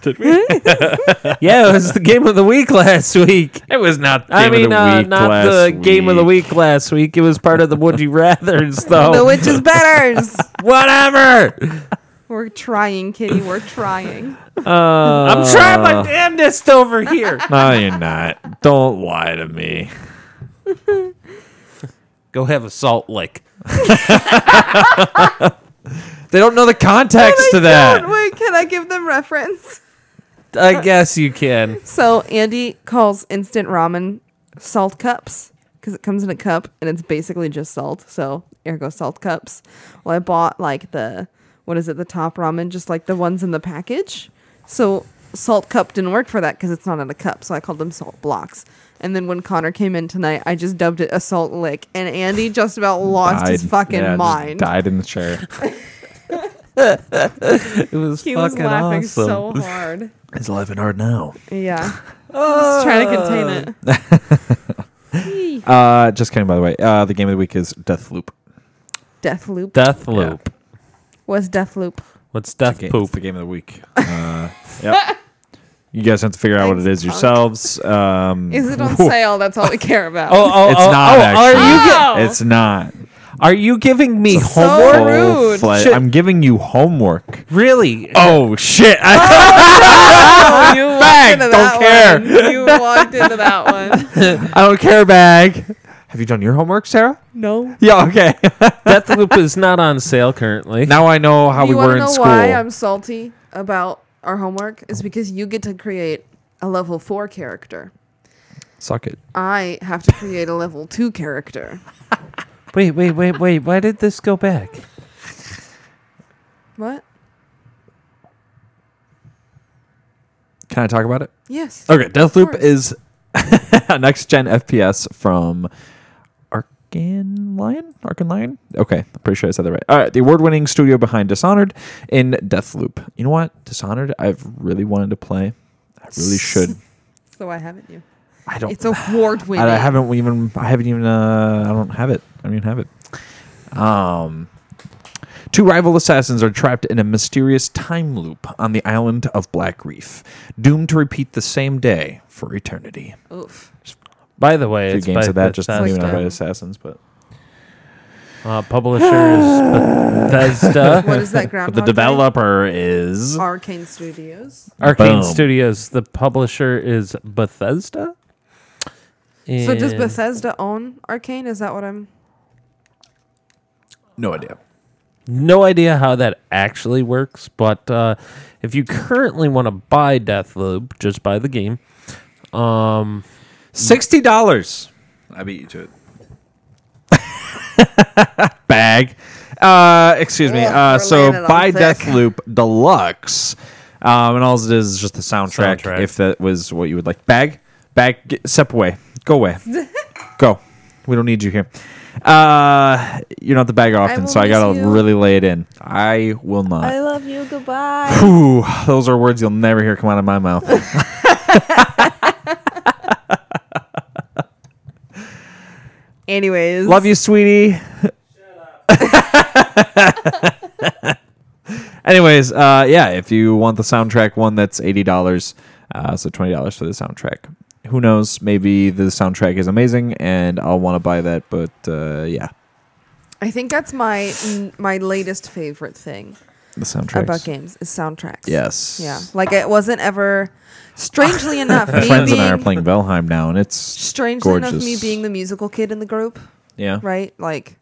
B: Did we?
A: yeah, it was the game of the week last week.
B: it was not.
A: I
B: Game of
A: mean,
B: the
A: uh,
B: Week
A: not
B: last
A: the game of the week last week. It was part of the Would You Rather's,
C: The
B: Oh.
A: though.
C: witches
B: [LAUGHS]
C: betters.
A: Whatever.
C: we're trying, Kitty. We're trying.
A: I'm
B: Uh,
A: trying my damnedest over here.
B: [LAUGHS] No, you're not. Don't lie to me.
A: Go have a salt [LAUGHS] lick.
B: They don't know the context to that.
C: Don't- Wait, can I give them reference?
A: I guess you can.
C: So Andy calls instant ramen salt cups because it comes in a cup and it's basically just salt. So ergo salt cups. Well, I bought like the what is it? The top ramen, just like the ones in the package. So salt cup didn't work for that because it's not in a cup. So I called them salt blocks. And then when Connor came in tonight, I just dubbed it a salt lick, and Andy
B: [LAUGHS]
C: just about lost his
B: Died.
C: fucking
B: Yeah, just
C: mind.
B: Died in the chair.
A: It was
C: He was
A: fucking
C: laughing
A: awesome.
C: so hard.
B: He's laughing hard now. [LAUGHS]
C: Yeah. Just trying to contain it.
B: Uh, just kidding, by the way. Uh, the game of the week is Deathloop.
D: Death Loop.
A: Death loop.
D: What's Death Loop?
A: What's death
B: Ga- It's
A: poop?
B: the game of the
D: [LAUGHS]
B: week. Uh, yep. You guys have to figure out what it
D: Thanks,
B: is
D: punk.
B: yourselves. Um,
D: Is it on
B: whoa,
D: sale? That's
B: [LAUGHS]
D: all we care about.
C: [LAUGHS]
A: Oh, oh,
B: It's
A: oh,
B: not
A: oh,
B: actually.
A: Are you, gi-
D: Oh!
B: It's not.
A: are you giving me
B: It's a
A: homework?
D: rude.
B: full-fledged-
A: Shit.
B: I'm giving you homework.
A: [LAUGHS] Really?
B: Oh shit!
D: [LAUGHS]
B: [LAUGHS]
D: Oh, you walked
B: Bang,
D: into
B: don't
D: that one.
B: [LAUGHS]
D: You walked into that one.
B: [LAUGHS] I don't care, bag. Have you done your homework, Sarah?
D: No.
B: Yeah.
D: [LAUGHS]
B: Okay.
A: Death loop is not on sale currently.
B: now I know how
D: you
B: we
D: wanna
B: were in
D: know
B: school.
D: why I'm
C: I'm salty about our homework is because you get to create a level four character.
B: Suck it.
C: I have to create a level two character.
A: Wait, wait, wait, wait. Why did this go back?
C: What?
B: Can I talk about it?
C: Yes.
B: Okay, Deathloop
C: course.
B: is [LAUGHS] a next gen FPS from Arcan Lion? Arcan Lion? Okay, I'm pretty sure I said that right. All right, the award winning studio behind Dishonored in Deathloop. You know what? Dishonored, I've really wanted to play. I really should.
D: So why haven't you?
B: [LAUGHS] I don't.
C: It's award
B: I,
C: winning.
B: I haven't even. I haven't even. Uh, I don't have it. I don't even have it. Um, two rival assassins are trapped in a mysterious time loop on the island of Black Reef, doomed to repeat the same day for eternity.
C: Oof.
A: By the way,
B: two
A: it's
B: games
A: by
B: of that. Just not
A: Bethesda.
B: even
C: Bethesda.
B: about assassins, but
A: uh, publisher is Bethesda.
B: [LAUGHS]
C: What is that
B: but
C: groundhog?
B: the
C: Day?
B: developer is
C: Arcane Studios.
A: Arcane
B: Boom.
A: Studios. The publisher is Bethesda. Eh,
C: So does
A: And-
C: Bethesda own Arcane? Is that what I'm?
B: no idea.
A: No idea how that actually works, but uh, if you currently want to buy Deathloop, just buy the game. Um,
B: Sixty dollars. I beat you to it. [LAUGHS] Bag. Uh, excuse me.
D: Ugh,
B: Uh,
D: we're
B: so
D: landing on
B: by
D: thick.
B: Deathloop Deluxe, um, and all it is is just the soundtrack.
A: Soundtrack.
B: If that was what you would like, bag, bag, get, step away,
D: [LAUGHS]
B: go away, go. We don't need you here. Uh, you're not the bag often,
D: will
B: so I
D: miss
B: gotta
D: you.
B: really lay it in. I will not.
D: love you. Goodbye.
C: [LAUGHS]
B: Ooh, those are words you'll never hear come out of my mouth. [LAUGHS]
D: Anyways,
B: Love you, sweetie. [LAUGHS] Anyways, uh, yeah, if you want the soundtrack one, that's eighty dollars. Uh, so twenty dollars for the soundtrack. Who knows? Maybe the soundtrack is amazing, and I'll want to buy that. But uh, yeah,
C: I think that's my my latest favorite thing
B: the soundtrack.
C: about games is soundtracks.
B: Yes.
C: Yeah. Like it wasn't ever.
B: [LAUGHS]
C: Strangely enough,
B: My
C: me
B: friends
C: being
B: and I are playing Valheim now, and it's
C: strangely enough, me
B: Gorgeous.
C: being the musical kid in the group,
B: yeah.
C: right? Like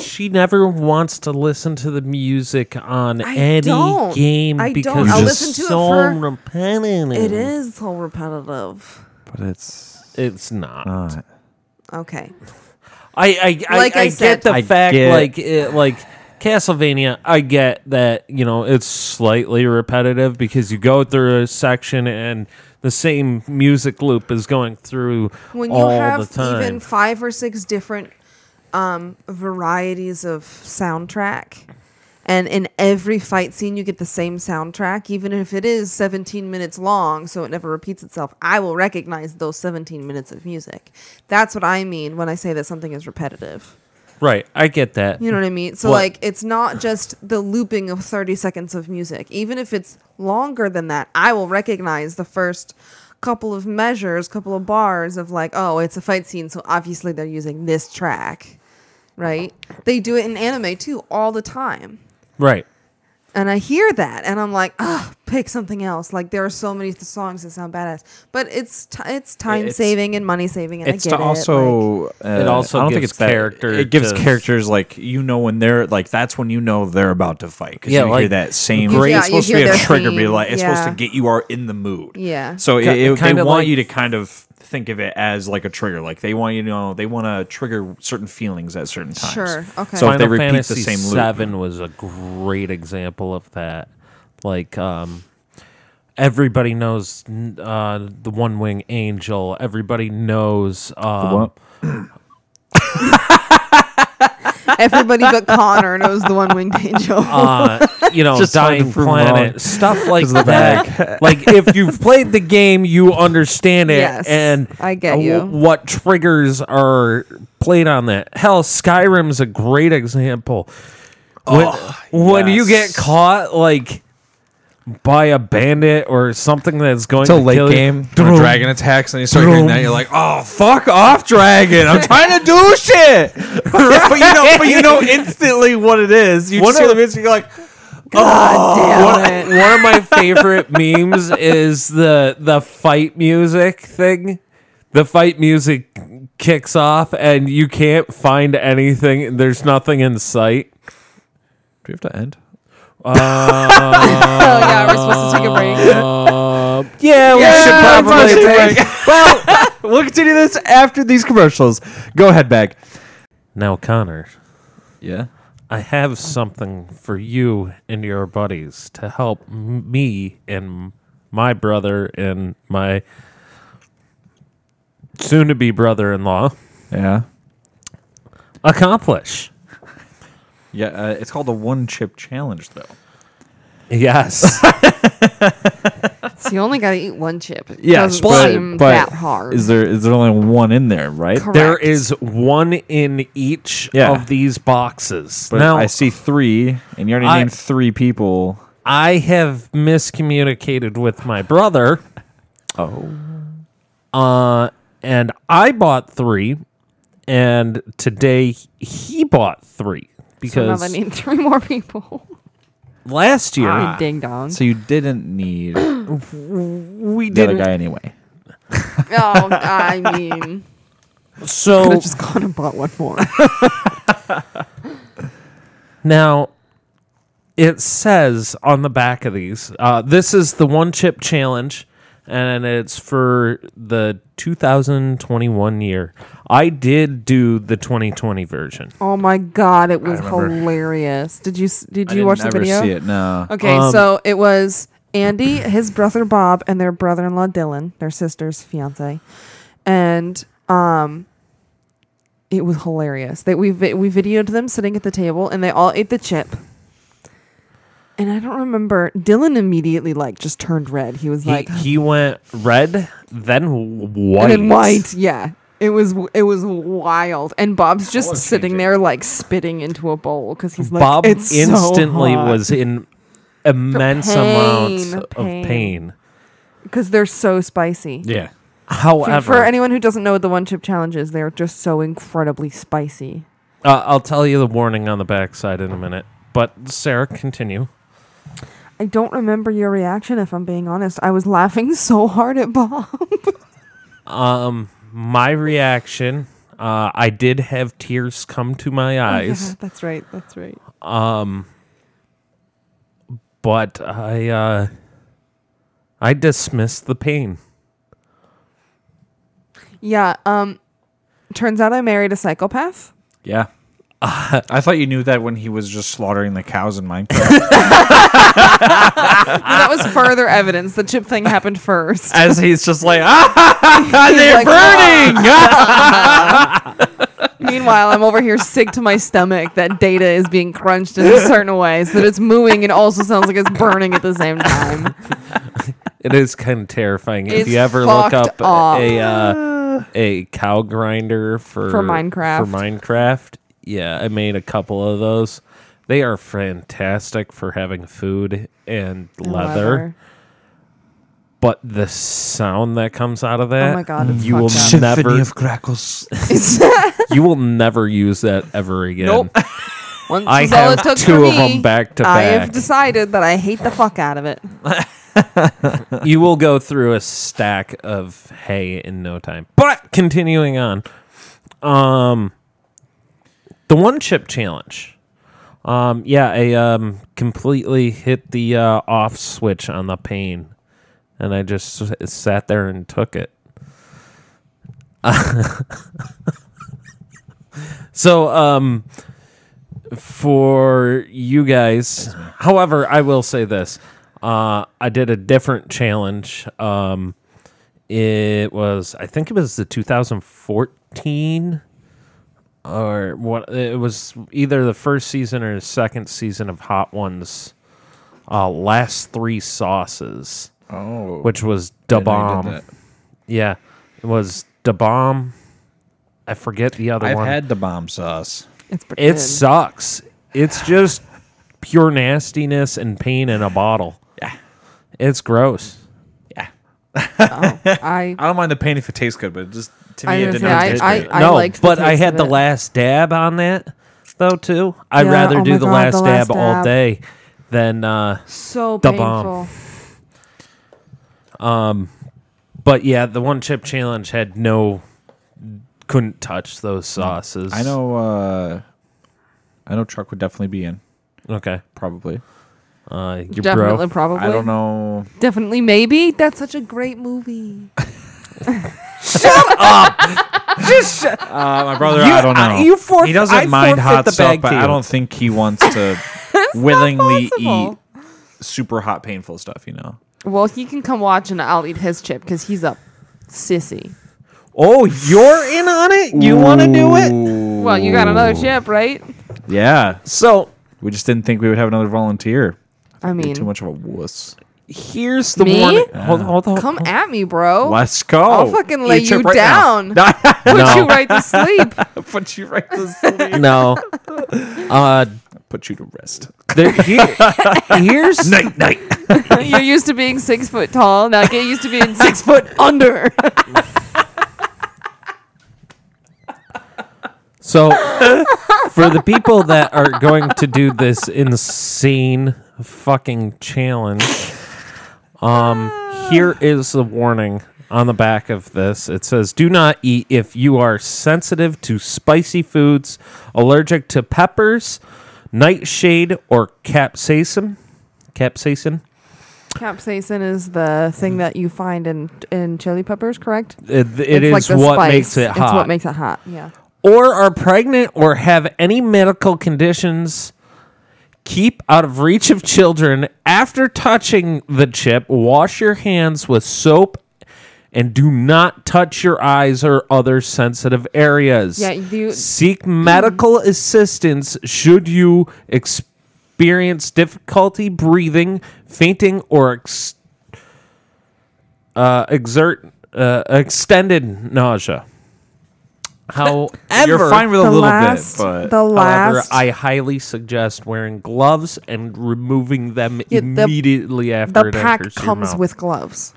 A: she never wants to listen to the music on
C: I
A: any
C: don't.
A: game
C: I don't.
A: because
B: I'll
A: it's
C: listen to it
A: so
C: for-
A: repetitive.
C: it is so repetitive.
B: But it's
A: It's not.
B: not.
C: Okay.
A: I I,
C: Like
A: I,
C: I
A: I,
C: said-
A: get the
B: I
A: fact
B: get-
A: like it, like Castlevania. I get that you know it's slightly repetitive because you go through a section and the same music loop is going through
C: when you
A: all
C: have
A: the time.
C: even five or six different um, varieties of soundtrack and in every fight scene you get the same soundtrack even if it is 17 minutes long so it never repeats itself i will recognize those 17 minutes of music that's what i mean when i say that something is repetitive
A: right, I get that.
C: you know what i mean so
A: What?
C: like it's not just the looping of 30 seconds of music even if it's longer than that i will recognize the first couple of measures, couple of bars of like, oh, it's a fight scene, so obviously they're using this track, right? They do it in anime too all the time.
A: right.
C: And I hear that and I'm like, ah, pick something else. Like there are so many th- songs that sound badass, but it's t- it's time
B: It's-
C: saving and money saving and
B: it's to
C: I get it. like-
B: also uh,
A: It also
B: I don't think
A: gives
B: it's that-
A: character
B: It gives
A: to-
B: characters like you know when they're like that's when you know they're about to fight because
A: Yeah,
B: you hear
A: like,
B: that same.
C: great- Yeah,
B: it's supposed
C: you
B: to be
C: hear
B: a
C: their
B: trigger, be
C: theme,
B: like it's supposed to
C: yeah.
B: get you are in the mood.
C: Yeah.
B: So it,
A: Ki-
B: it, they
A: kinda
B: want
A: like-
B: you to kind of think of it as like a trigger. Like they want you to know they want to trigger certain feelings at certain times.
C: Sure, okay.
B: So if they
A: Final
B: repeat
A: Fantasy
B: the same loop,
A: Seven was a great example of that. Like, um, everybody knows n- uh, the One Wing Angel. Everybody knows um,
B: What?
C: Everybody but Connor knows the one winged
B: [LAUGHS]
C: [LAUGHS] angel.
A: uh, you know,
B: Just hard to
A: dying
B: prove
A: planet
B: wrong. [LAUGHS]
A: stuff like
B: of the
A: that. [LAUGHS] like if you've played the game, you understand it,
C: Yes,
A: and
C: I get
A: uh,
C: you.
A: what triggers are played on that. Hell, Skyrim's a great example. When when you
B: yes.
A: get caught like by a bandit or something that's going
B: It's a
A: to kill
B: late
A: you-
B: game. When a
A: Drum.
B: dragon attacks and you start hearing that, you're like, oh, fuck off, dragon. I'm trying to do [LAUGHS] shit. but, you know, but you [LAUGHS] know instantly what it is. You
A: One
B: just hear
A: of-
B: the music, you're like,
A: one, one of my favorite memes is the the fight music thing. The fight music kicks off and you can't find anything. There's nothing in sight.
B: do we have to end?
F: oh yeah, we're supposed to take a break.
B: [LAUGHS]
A: Uh, yeah, we
B: Yeah,
A: should probably
B: we should
A: take. well,
B: [LAUGHS] We'll continue this after these commercials. Go ahead, Bag.
A: now Connor,
B: Yeah.
A: I have something for you and your buddies to help m- me and my brother and my soon-to-be brother-in-law.
B: Yeah.
A: accomplish.
B: Yeah. Uh, it's called the one chip challenge, though.
A: Yes.
F: So you only gotta eat one chip. It
B: Yes,
F: doesn't
B: but-
F: seem
B: but
F: that hard.
B: Is there is there only one in there, right?
F: Correct.
A: there is one in each
B: Yeah.
A: of these boxes.
B: But
A: now,
B: I
A: I,
B: see three, and you already
A: I-
B: named three people.
A: have miscommunicated with my brother,
B: [LAUGHS] Oh.
A: uh, and I bought three, and today he bought three
F: so now
A: because
F: they
C: [LAUGHS]
F: need Ah. three more
B: [LAUGHS]
F: people.
A: last year
F: You ding dong.
B: So you didn't need the
A: we
B: other
A: didn't.
B: guy anyway. [LAUGHS]
F: oh, I mean,
A: So
C: I've just gone and bought one
B: [LAUGHS]
C: more.
A: Now, it says on the back of these, uh, this is the one chip challenge, and it's for the 2021 year. I did do the 2020 version.
C: oh my god, it was
B: remember.
C: hilarious. Did you s- did
B: I
C: you
B: didn't
C: watch the
B: ever
C: video?
B: see it. No.
C: Okay,
A: Um,
C: so it was Andy, his brother Bob, and their brother-in-law Dylan, their sister's fiance, and um, it was hilarious. That we vi- we videoed them sitting at the table, and they all ate the chip. And I don't remember. Dylan immediately like just turned red. He was
A: He,
C: like,
A: he went red, then white.
C: and then white. Yeah, it was it was wild. And Bob's just
B: Color
C: sitting
B: changing.
C: there like spitting into a bowl because he's like,
A: Bob
C: "It's so
A: instantly
C: hot."
A: was in immense
C: The
A: amounts
C: pain,
A: of
C: pain.
A: pain.
C: because they're so spicy.
B: Yeah.
C: For-
A: However,
C: For anyone who doesn't know what the one chip challenge is, they're just so incredibly spicy.
A: uh, I'll tell you the warning on the backside in a minute. But Sarah, continue.
C: I don't remember your reaction, if I'm being honest. I was laughing [LAUGHS] so hard at Bob.
A: Um, my reaction, uh, I did have tears come to my
C: [LAUGHS]
A: eyes,
C: that's right. That's right.
A: but I, uh, I dismissed the pain.
C: Yeah. Um. Turns out I married a psychopath.
B: Yeah. [LAUGHS] I thought you knew that when he was just slaughtering the cows in Minecraft.
C: that
A: Ah.
C: was further evidence. The chip thing happened first.
B: As [LAUGHS] he's just like, ah,
C: He's
B: they're
C: like, "Ah."
B: [LAUGHS] burning.
C: Meanwhile, I'm over here sick to my stomach that data is being crunched
A: [LAUGHS]
C: in a certain way so that it's moving and also sounds like it's burning at the same time.
A: It is kind of terrifying if
C: It's
A: you ever look
C: fucked
A: up,
C: up.
A: a
C: [GASPS]
A: uh, a cow grinder for
C: For Minecraft.
A: For Minecraft, yeah, I made a couple of those. They are fantastic for having food and leather, but the sound that comes out of that,
C: Oh my god, it's
B: You will
C: fucked up.
A: never-
B: crackles.
A: [LAUGHS] you will never use that ever again.
C: Nope. Once
A: I
C: is all
A: have
C: it took
A: two
C: for
A: of 'em
C: me,
A: back to
C: I have
A: back.
C: decided that I hate the fuck out of it.
A: you will go through a stack of hay in no time. But continuing on, um, the one chip challenge. Um, yeah, I um completely hit the uh, off switch on the pain, and I just s- sat there and took it. [LAUGHS] so um for you guys however i will say this uh i did a different challenge um it was i think it was the 2014 or what it was either the first season or the second season of Hot Ones uh last three sauces,
B: Oh,
A: which was da bomb. Yeah. It was da bomb. I forget the other
B: I've
A: one.
B: had the bomb sauce.
C: It's pretty
A: it sucks. It's just pure nastiness and pain in a bottle. Yeah. It's gross.
C: good. I
B: I don't mind the pain if it tastes good, but it just to me
C: I
B: it
C: was
B: didn't
C: gonna say,
B: taste
C: I-
B: good.
C: I-
A: no,
C: liked the
A: but I
C: taste
A: had
C: of
A: the
C: it.
A: last dab on that though too. I'd
C: Yeah,
A: rather
C: oh
A: do
C: my
A: the,
C: God,
A: last
C: the last
A: dab all
C: dab.
A: day than uh
G: So
A: Da
G: painful.
A: bomb. but yeah, the one chip challenge had no couldn't touch those sauces.
B: Mm. I know. Uh, I know. Truck would definitely be in.
A: Okay.
B: Probably.
A: Uh your
C: definitely
A: bro.
C: probably
B: I don't know.
C: Definitely maybe. That's such a
G: Great movie.
B: Uh, my brother, I don't know.
A: you forf-
B: he doesn't
A: I
B: mind
A: forfeit
B: hot
A: the
B: stuff,
A: bag
B: but
A: to
B: I
A: you.
B: don't think he wants [LAUGHS] to willingly eat
C: possible.
B: super hot, painful stuff. You know.
C: Well, he can come watch and I'll eat his chip because he's a sissy.
A: Oh, you're in on it? You want to do it?
C: Well, you got another chip, right?
B: Yeah,
A: So,
B: we just didn't think we would have another volunteer.
C: I
B: You're
C: mean,
B: too much of a wuss.
A: here's the
C: Me?
A: warning. Hold hold on.
C: come at me, bro.
B: Let's go.
C: I'll fucking lay
B: Oh, Eat your
C: you
B: right now. [LAUGHS]
C: down. Put you right to sleep.
B: Put you right to sleep.
C: [LAUGHS]
A: No. Uh
B: [LAUGHS] Put you to rest.
A: there, here- here's
B: [LAUGHS] Night, night.
C: You're used to being six foot tall. Now get used to being six foot
B: [LAUGHS]
C: under.
A: So, for the people that are going to do this insane fucking challenge, um, here is the warning on the back of this. It says, "Do not eat if you are sensitive to spicy foods, allergic to peppers, nightshade, or capsaicin." Capsaicin.
C: Capsaicin is the thing that you find in in chili peppers, correct?
A: It, it is
C: It's the
A: what
C: spice.
A: makes it hot.
C: It's what makes it hot. Yeah.
A: or are pregnant or have any medical conditions, keep out of reach of children. After touching the chip, wash your hands with soap and do not touch your eyes or other sensitive areas.
C: Yeah, you-
A: Seek medical assistance should you experience difficulty breathing, fainting, or ex- uh, exert uh, extended nausea. However,
B: You're fine with a little
C: last,
B: bit, but
C: the
A: However,
C: last
A: I highly suggest wearing gloves and removing them
C: Yeah, the-
A: immediately after
C: the
A: it
C: pack
A: enters your
C: comes
A: mouth.
C: with gloves.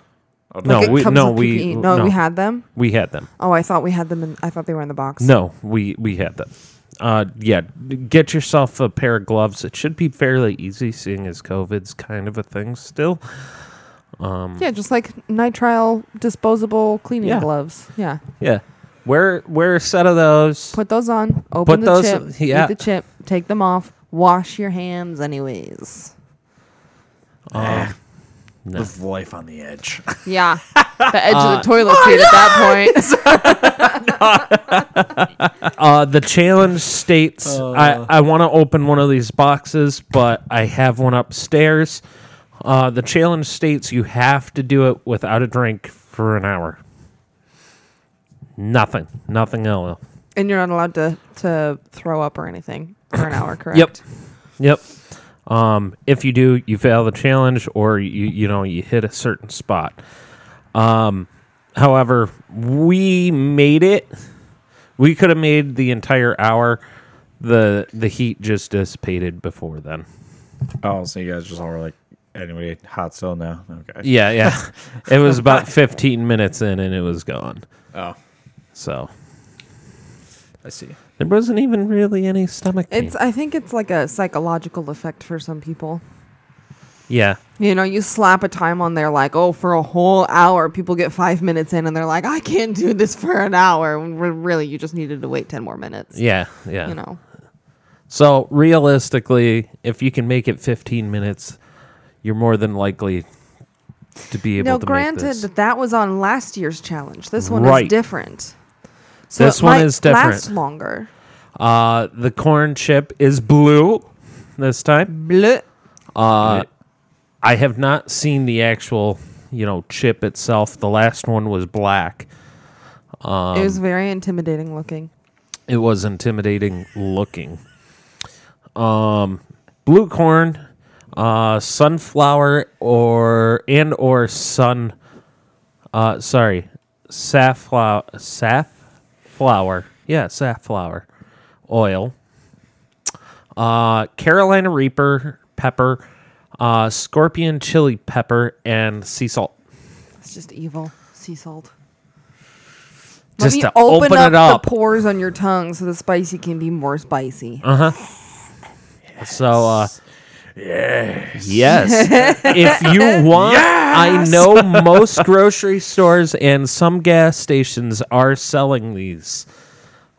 B: Oh,
A: no,
C: Like, it
A: we,
C: comes
A: no,
C: with
A: we,
C: PPE. no,
A: no,
C: we had them.
A: we had them.
C: Oh, I thought we had them. In, I thought they were in the box.
A: No, we we had them. Uh, yeah, get yourself a pair of gloves. It should be fairly easy, seeing as COVID's kind of a thing still.
C: Yeah, just like nitrile disposable cleaning
A: Yeah.
C: gloves. Yeah.
A: Yeah, wear wear a set of those.
C: Put those on. Open
A: Put
C: the
A: those-
C: chip.
A: yeah.
C: Eat the chip. Take them off. Wash your hands, anyways.
B: Uh,
A: Um, no.
B: live Ah. life on the edge. [LAUGHS]
A: [LAUGHS]
C: Yeah. The edge of the toilet seat at that point.
A: Uh, the challenge states I, I want to open one of these boxes, but I have one upstairs. Uh, the challenge states you have to do it without a drink for an hour. Nothing. Nothing else.
C: [LAUGHS] And you're not allowed to to throw up or anything for
A: [LAUGHS]
C: an hour, correct?
A: Yep. Yep. Um, if you do, you fail the challenge, or you you know you hit a certain spot. Um, however, we made it. We could have made the entire hour. the The heat just dissipated before then.
B: oh, so you guys just all were like, anyway, hot still now. Okay.
A: Yeah, yeah. [LAUGHS] it was about fifteen minutes in, and it was gone.
B: Oh,
A: So
B: I see.
A: there wasn't even really any stomach pain.
C: It's I think it's like a psychological effect for some people.
A: yeah.
C: You know, you slap a time on there like, oh, for a whole hour, people get five minutes in and they're like, I can't do this for an hour. When re- really, you just needed to wait 10 more minutes.
A: Yeah, yeah.
C: You know,
A: So realistically, if you can make it 15 minutes, you're more than likely to be able
C: now
A: to
C: granted
A: make this.
C: that that was on last year's challenge. This one
A: Right.
C: is different. So
A: This
C: it
A: one
C: might
A: is different.
C: Last longer.
A: Uh, the corn chip is blue this time.
C: Bleh.
A: Uh, I have not seen the actual, you know, chip itself. The last one was black. Um,
C: it was very intimidating looking.
A: It was intimidating looking. Um, blue corn, uh, sunflower, or and or sun. Uh, sorry, safflower, safflower. Yeah, safflower oil. Uh, Carolina Reaper pepper, uh, scorpion chili pepper, and sea salt.
H: It's just evil.
C: Sea salt.
H: Let
A: Just
H: me
A: to
H: open
A: open
H: up
A: it up.
C: The pores on your tongue so the spicy can be more spicy.
A: So, uh, yes. if
C: [LAUGHS]
A: you want, I know most grocery stores and some gas stations are selling these.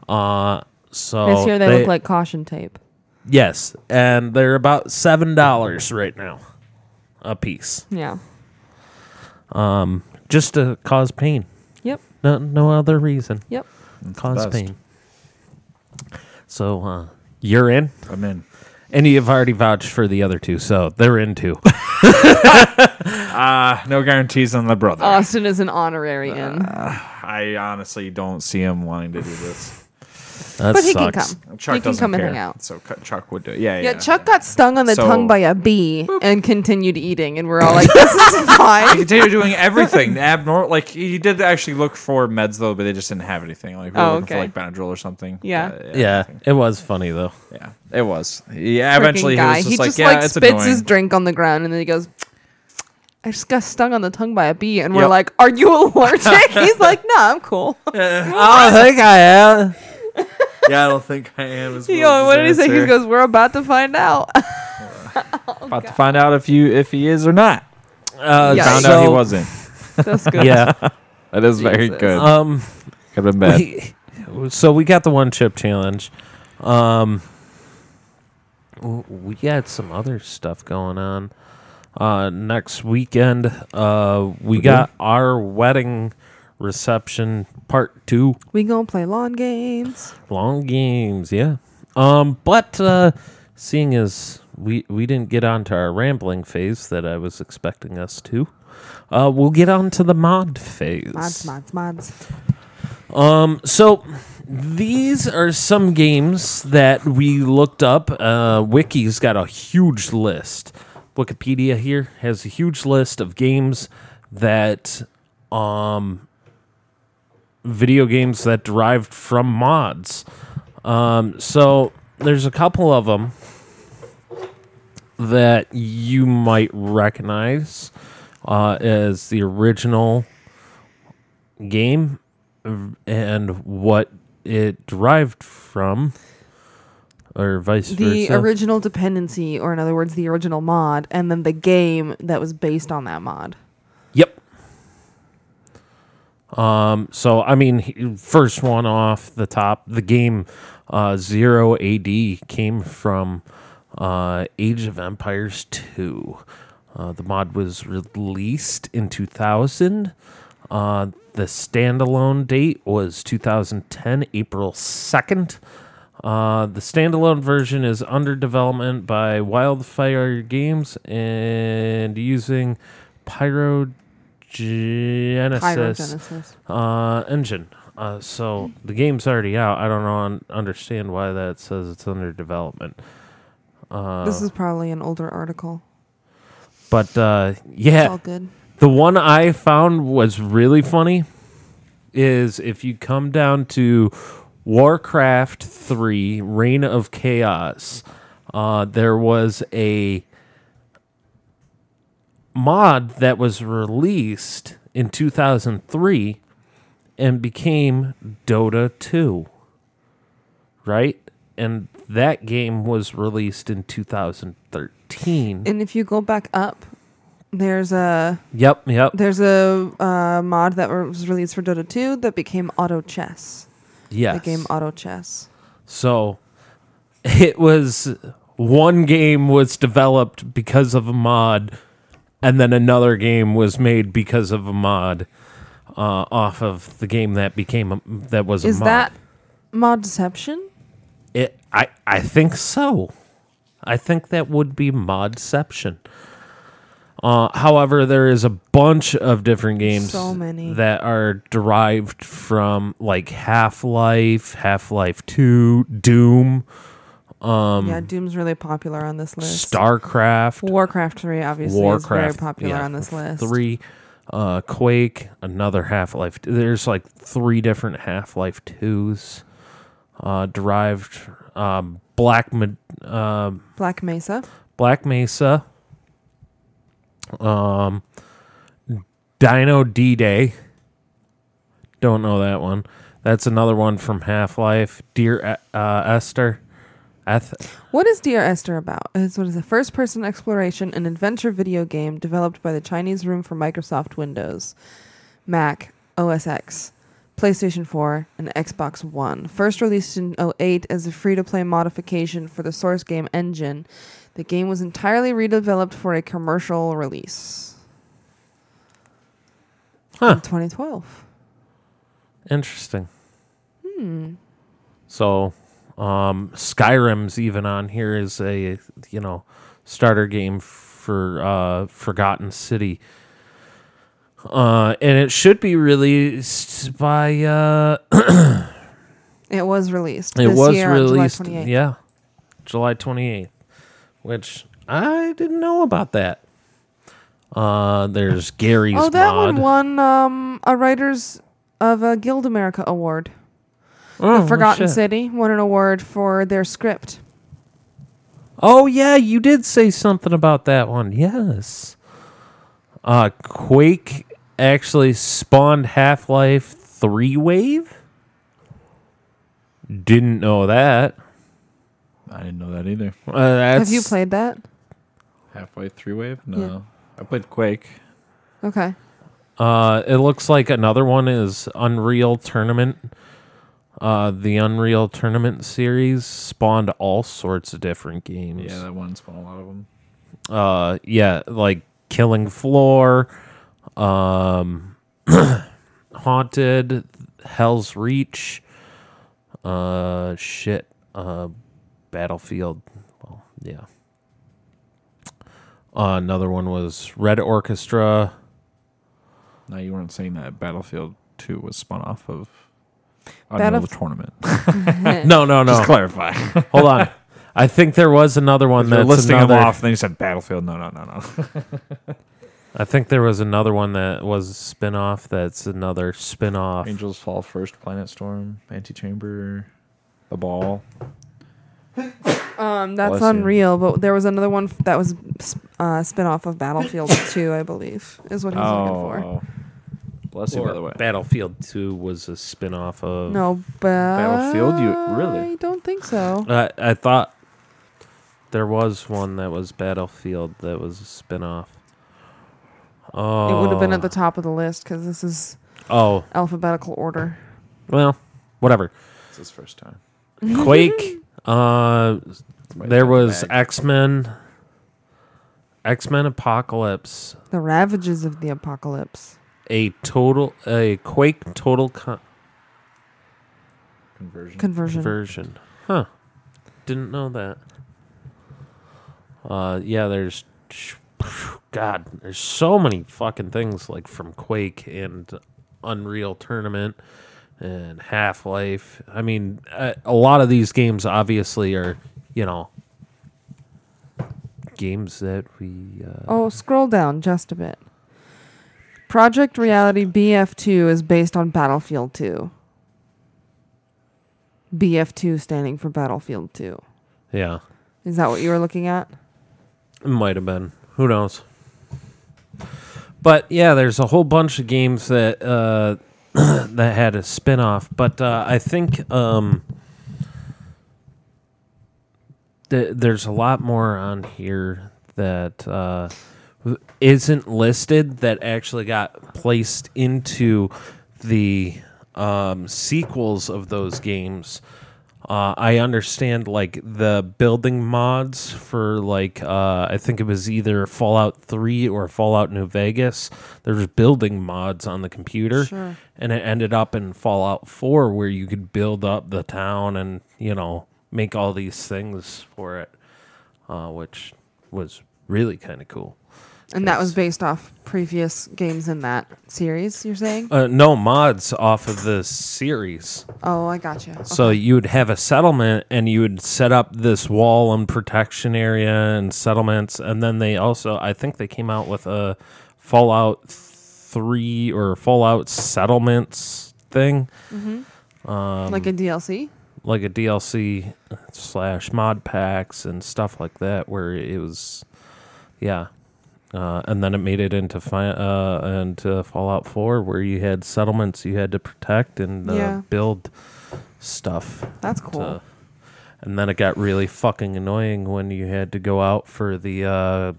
A: Uh, so
B: Oh,
C: this year they, look like caution tape.
A: yes, and they're about seven dollars right now a piece,
C: Yeah.
A: just to cause pain.
C: Yep.
A: No, no other reason.
C: Yep.
A: cause
B: best.
A: pain. So uh, you're in,
B: I'm in.
A: and you've already vouched for the other two, so they're in
C: [LAUGHS]
A: too.
B: Ah, No guarantees on the brother.
C: Austin is an honorary in.
B: Ah, I honestly don't see him wanting to do this.
A: That
C: But he can
A: sucks.
C: come.
B: Chuck
C: he can
B: doesn't
C: come
B: care,
C: and hang out.
B: So Cu- Chuck would do it. Yeah, yeah.
C: Yeah, Chuck got stung on the
B: So-
C: tongue by a bee and continued eating, and we're all like,
B: [LAUGHS]
C: "This is
B: He
C: fine."
B: continued
C: [LAUGHS]
B: doing everything abnormal. Like he did actually look for meds though, but they just didn't have anything. Like we were
C: Oh,
B: looking
C: okay.
B: for like Benadryl or something.
C: Yeah.
A: Yeah, it was funny though.
B: yeah. It was. Yeah. Eventually,
C: Freaking
B: he was just
C: guy. he
B: like,
C: just
B: yeah,
C: like
B: it's
C: spits
B: annoying.
C: his drink on the ground, and then he goes, "I just got stung on the tongue by a bee," and we're
B: Yep.
C: like, "Are you
B: [LAUGHS]
C: allergic?" He's like, "No, I'm cool."
A: [LAUGHS] I don't think I am.
B: yeah, I don't think I am. As
C: [LAUGHS] Yo, what did he say? He goes, "We're about to find out." [LAUGHS]
B: About to find out if you if he is or not.
A: Uh,
C: Yeah.
B: Found out
A: [LAUGHS]
B: he wasn't.
C: That's good.
A: Yeah.
B: That is very
C: Jesus. Uh,
A: [LAUGHS]
B: good.
A: Um.
B: Could have been bad.
A: we- so we got the one chip challenge. Um. w- We got some other stuff going on. Uh, next weekend, uh, we, got our wedding reception part two.
C: We gonna play lawn games.
A: Long games, yeah. Um, but uh, seeing as we we didn't get onto our rambling phase that I was expecting us to, uh, we'll get on to the mod phase.
C: Mods, mods, mods.
A: Um, so these are some games that we looked up. Uh, Wiki's got a huge list. Wikipedia here has a huge list of games that, um, video games that derived from mods. Um, so there's a couple of them that you might recognize uh, as the original game and what it derived from, or vice
C: The
A: versa.
C: original dependency, or in other words, the original mod, and then the game that was based on that mod.
A: yep. Um. So I mean, he- first one off the top, the game uh, Zero AD came from uh, Age of Empires Two. Uh, the mod was released in 2000. Uh, the standalone date was 2010, April 2nd. Uh, the standalone version is under development by Wildfire Games and using Pyrogenesis uh,
C: Pyrogenesis.
A: engine. Uh, so the game's already out. I don't know, un- understand why that says it's under development. Uh.
C: this is probably an older article.
A: But uh,
C: It's
A: yeah,
C: all good.
A: The one I found was really funny is if you come down to Warcraft 3 Reign of Chaos, uh, there was a mod that was released in 2003 and became Dota 2. Right? And that game was released in 2013.
C: And if you go back up, there's a
A: yep, yep.
C: there's a uh, mod that was released for Dota 2 that became Auto Chess.
A: Yes.
C: The game Auto Chess.
A: So [LAUGHS] it was one game was developed because of a mod, and then another game was made because of a mod uh, off of the game that became a, that was
C: Is
A: a mod.
C: that mod deception?
A: it? I I think so. I think that would be modception. Uh, however, there is a bunch of different games
C: So many.
A: that are derived from like Half Life, Half Life Two, Doom, um,
C: yeah, Doom's really popular on this list.
A: Starcraft,
C: Warcraft 3 obviously
A: Warcraft,
C: is very popular
A: yeah,
C: on this list.
A: Three, uh, Quake, another Half Life. There's like three different Half Life twos uh, derived. Um, Black, Ma- um
C: Black Mesa.
A: Black Mesa, um, Dino D Day. Don't know that one. That's another one from Half Life. Dear E- uh, Esther, Eth-
C: What is Dear Esther about? It's what is a first person exploration and adventure video game developed by the Chinese room for Microsoft Windows, Mac, OS X, PlayStation 4, and Xbox One. First released in 08 as a free to play modification for the source game engine, the game was entirely redeveloped for a commercial release.
A: Huh.
C: In 2012.
A: Interesting.
C: Hmm.
A: So, um, Skyrim's even on here is a you know starter game for uh, Forgotten City, uh, and it should be released by. Uh,
C: It was released.
A: it
C: this
A: was
C: year on July
A: released,
C: 28th.
A: yeah, July twenty eighth, which I didn't know about that. Uh, there's Gary's
C: Oh, that
A: mod.
C: one won um, a Writers of a Guild America award.
A: Oh,
C: the Forgotten
A: shit.
C: City won an award for their script.
A: Oh yeah, you did say something about that one. Yes. Uh Quake actually spawned Half-Life 3 wave? Didn't know that.
B: I didn't know that either.
A: Uh, that's,
C: Have you played that?
B: Halfway three wave? No.
C: Yeah.
B: I played Quake.
C: Okay.
A: Uh it looks like another one is Unreal Tournament. Uh the Unreal Tournament series spawned all sorts of different games.
B: Yeah, that one's one a lot of them.
A: uh yeah like killing floor um [CLEARS THROAT] haunted hell's reach uh shit uh battlefield well yeah uh, another one was red orchestra
B: No, you weren't saying that Battlefield 2 was spun off of
C: Battle-
B: Unreal Tournament.
A: no no no
B: [LAUGHS] Just clarify.
A: hold on i think there was another one
B: [LAUGHS] They're
A: that's
B: listing
A: another,
B: them off, then you said Battlefield. No, no, no,
A: [LAUGHS]
B: no.
A: i think there was another one that was a spin-off that's another spin-off
B: Angels Fall First, Planet Storm, Antichamber, The Ball.
C: Um, that's
B: Bless you.
C: Unreal, but there was another one f- that was sp- uh, spin off of [LAUGHS] Battlefield 2, I believe, is what he was looking for.
B: oh. Bless you, by the way.
A: battlefield 2 was a spin-off of
C: No, but
B: Oh. Battlefield, you- really?
C: I don't think so.
A: I, I thought there was one that was Battlefield that was a spinoff. Oh,
C: It would have been at the top of the list because this is
A: Oh,
C: alphabetical order.
A: well,
C: [LAUGHS]
A: whatever.
B: It's his first time.
A: Quake. uh,
B: Right
A: there
B: in the
A: was
B: bag.
A: X Men. X Men Apocalypse.
C: The Ravages of the Apocalypse.
A: A total, a Quake total con-
B: conversion.
C: Conversion.
A: conversion. Huh. Didn't know that. Uh, yeah, there's. [SIGHS] God, there's so many fucking things like from Quake and Unreal Tournament and Half Life. I mean, a, a lot of these games obviously are, you know, games that we. Uh,
C: Oh, scroll down just a bit. Project Reality BF2 is based on Battlefield 2. BF2 standing for Battlefield 2.
A: Yeah,
C: Is that what you were looking at?
A: it might have been. Who knows? But yeah, there's a whole bunch of games that uh, [CLEARS THROAT] that had a spin-off, but uh, I think um, th- there's a lot more on here that uh, w- isn't listed that actually got placed into the um, sequels of those games. Uh, I understand like the building mods for like uh, I think it was either Fallout Three or Fallout New Vegas. There's building mods on the computer,
C: Sure.
A: and it ended up in Fallout 4 where you could build up the town and, you know, make all these things for it, uh, which was really kind of cool.
C: And that was based off previous games in that series, you're saying?
A: Uh, no mods off of the series.
C: Oh, I gotcha. Okay.
A: So you would have a settlement and you would set up this wall and protection area and settlements. And then they also, I think they came out with a Fallout 3 or Fallout settlements thing,
B: um,
C: like a DLC?
A: like a DLC slash mod packs and stuff like that, where it was, yeah. Uh, and then it made it into fi- uh, into Fallout 4, where you had settlements you had to protect and uh,
C: Yeah.
A: build stuff.
C: That's cool.
A: Uh, and then it got really fucking annoying when you had to go out for the uh,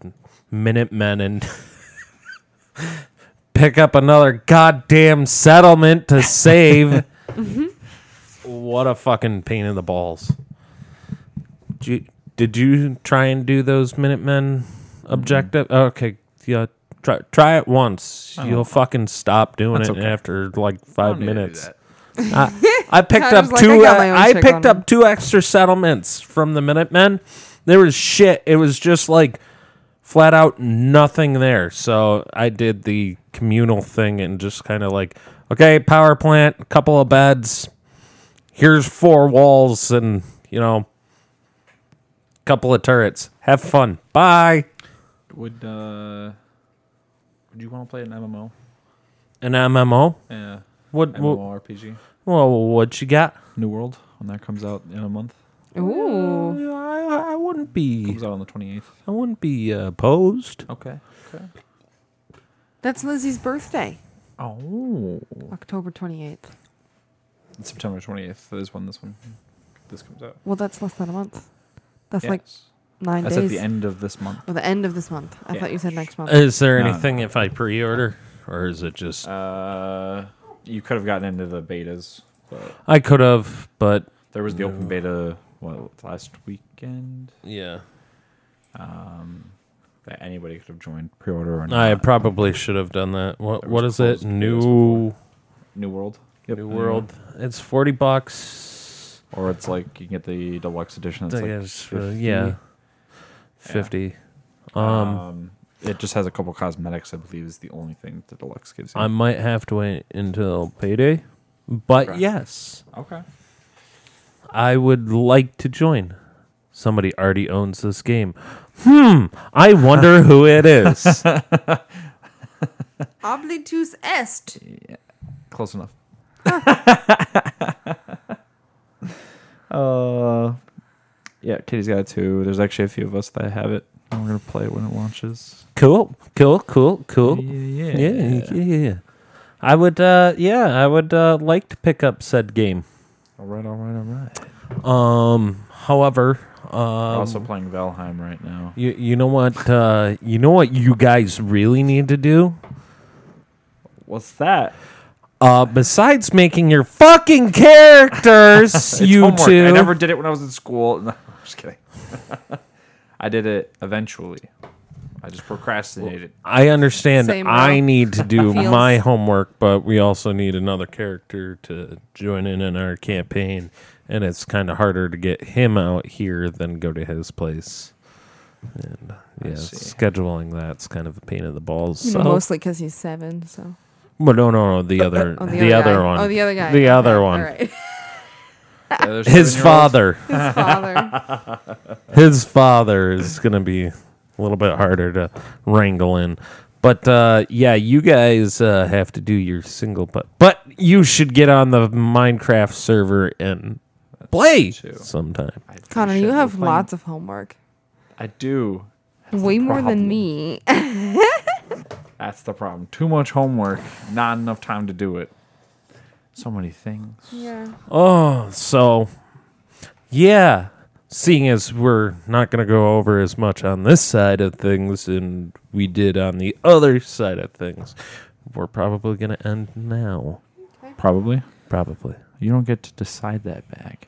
A: Minutemen and [LAUGHS] pick up another goddamn settlement to save. What a fucking pain in the balls. Did you, did you try and do those Minutemen objective? Okay, yeah. Try, try it once. You'll fucking stop doing it
B: That's okay.
A: after like
B: I
A: five
B: don't need to do
A: minutes.
B: that.
C: [LAUGHS]
A: I, I picked
C: I
A: up
C: was like, I
A: two.
C: got
A: uh,
C: my own
A: I,
C: chick
A: picked
C: on
A: up two extra settlements from the Minutemen. There was shit. It was just like flat out nothing there. So I did the communal thing and just kind of like, okay, power plant, a couple of beds. Here's four walls and you know, a couple of turrets. Have fun. Bye.
B: Would uh, would you want to play an MMO?
A: An MMO.
B: Yeah,
A: What? what
B: MMORPG.
A: well, what you got?
B: New World when that comes out in a month.
C: Ooh.
A: I, I wouldn't be.
B: Comes out on the twenty eighth.
A: I wouldn't be uh, opposed.
B: Okay. Okay.
C: That's Lizzie's birthday,
B: Oh,
C: October 28th.
B: September twenty eighth is when this one this comes out.
C: Well, that's less than a month. That's like
B: Yes.
C: nine
B: that's
C: days.
B: at the end of this month.
C: Well, the end of this month. I thought
B: Yeah. Uh,
C: you said next month.
A: Is there
B: No,
A: anything if I pre-order, or is it just
B: Uh, you could have gotten into the betas, but
A: I could have, but
B: there was the open beta what last weekend
A: yeah,
B: that anybody could have joined pre-order or not.
A: I probably should have done that. What
B: There
A: what
B: was
A: is it?
B: closed
A: New
B: New World.
A: New World. It's forty bucks.
B: Or it's like you can get the deluxe edition. It's
A: I
B: like
A: guess, uh,
B: 50.
A: yeah, fifty.
B: Um,
A: Um,
B: it just has a couple cosmetics. I believe is the only thing that the deluxe gives you.
A: I might have to wait until payday, but
B: Okay.
A: yes,
B: okay.
A: I would like to join. Somebody already owns this game. Hmm. I wonder who it
B: [LAUGHS]
A: is.
D: Oblitus est.
B: Close enough. [LAUGHS] uh, yeah, Kitty's got it too. There's actually a few of us that have it. I'm gonna play it when it launches.
A: cool. Cool. Cool. Cool.
B: Yeah,
A: yeah, yeah, yeah, yeah. I would, uh, yeah, I would uh, like to pick up said game.
B: All right, all right, all right.
A: Um, however, um,
B: We're also playing Valheim right now.
A: you you know what uh, you know what you guys really need to do
B: What's that?
A: uh, besides making your fucking characters,
B: [LAUGHS] It's
A: you
B: homework.
A: two.
B: I never did it when I was in school. [LAUGHS] No, I'm just kidding. I did it eventually. I just procrastinated.
A: I understand.
D: Same
A: I
D: route. [LAUGHS]
A: need to do
D: Feels.
A: my homework, but we also need another character to join in in our campaign, and it's kind of harder to get him out here than go to his place. And yeah,
B: see.
A: scheduling that's kind of a pain in the balls.
D: You
A: So,
D: know, mostly because he's seven. So
A: but no, no, no, the other,
D: Oh,
A: the, other,
D: guy.
A: one,
D: Oh, the other guy.
A: the
D: Yeah,
A: other
D: all
A: one,
D: right.
B: [LAUGHS] The other
A: his
B: seven-year-old-
A: father,
D: His father.
A: his father is going to be a little bit harder to wrangle in. But uh, yeah, you guys uh, have to do your single, but but you should get on the Minecraft server and play
B: true.
A: sometime.
B: I
D: Connor,
B: appreciate
D: you
B: we're
D: have
B: playing-
D: lots of homework.
B: I do. That's the
D: Way more
B: problem.
D: than me.
B: That's the problem. Too much homework, not enough time to do it. So many things.
D: [LAUGHS] yeah.
A: Oh, so yeah. Seeing as we're not going to go over as much on this side of things and we did on the other side of things, we're probably going to end now.
B: Probably.
A: Probably.
B: You don't get to decide that bag.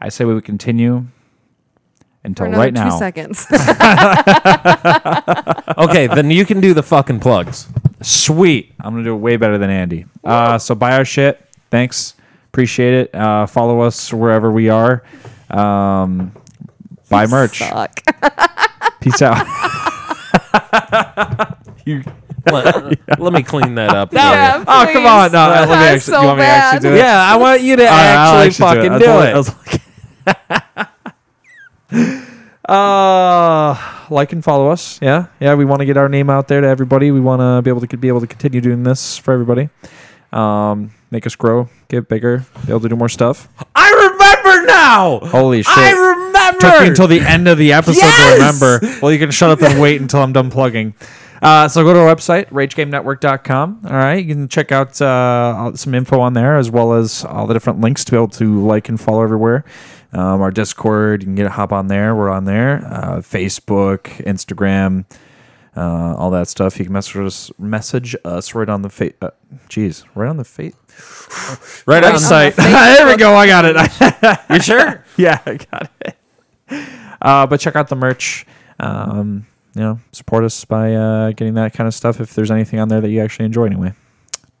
B: I say we would continue
D: For
B: until
D: another
B: right
D: two
B: now.
D: seconds.
A: Okay, then you can do the fucking plugs.
B: Sweet. I'm going to do it way better than Andy. Uh, so buy our shit. Thanks. Appreciate it. Uh, follow us wherever we are. Um, [LAUGHS] buy merch. [LAUGHS]
D: Suck. [LAUGHS]
B: Peace out. you, [LAUGHS]
A: Let, let me clean that up. for you.
D: Yeah,
B: oh, come on.
D: please. [LAUGHS]
B: No, let me
D: That's
B: actually, you want me to
D: bad.
B: actually do it?
A: Yeah, I want you to
B: All right, I'll
A: actually
B: actually
A: fucking
B: do
A: do
B: it.
A: it.
B: That's all I- that's all I- uh, like and follow us. Yeah, yeah. We want to get our name out there to everybody. We want to be able to be able to continue doing this for everybody. Um, make us grow, get bigger, be able to do more stuff.
A: [LAUGHS] I remember now.
B: Holy shit!
A: I remember.
B: Took me until the end of the episode
A: Yes!
B: to remember. Well, you can shut up and wait until I'm done plugging. Uh, so go to our website, ragegamenetwork.com. All right. You can check out uh, all- some info on there as well as all the different links to be able to like and follow everywhere. Um, our Discord, you can get hop on there. We're on there. Uh, Facebook, Instagram, uh, all that stuff. You can message us, message us right on the face. Uh, geez, right on the face.
A: right
B: Right
A: on
B: on
A: site.
B: site. [LAUGHS] there we go. I got it.
A: You
B: [LAUGHS]
A: sure?
B: yeah, I got it. Uh, but check out the merch. Um, you know, support us by uh, getting that kind of stuff. If there's anything on there that you actually enjoy, anyway,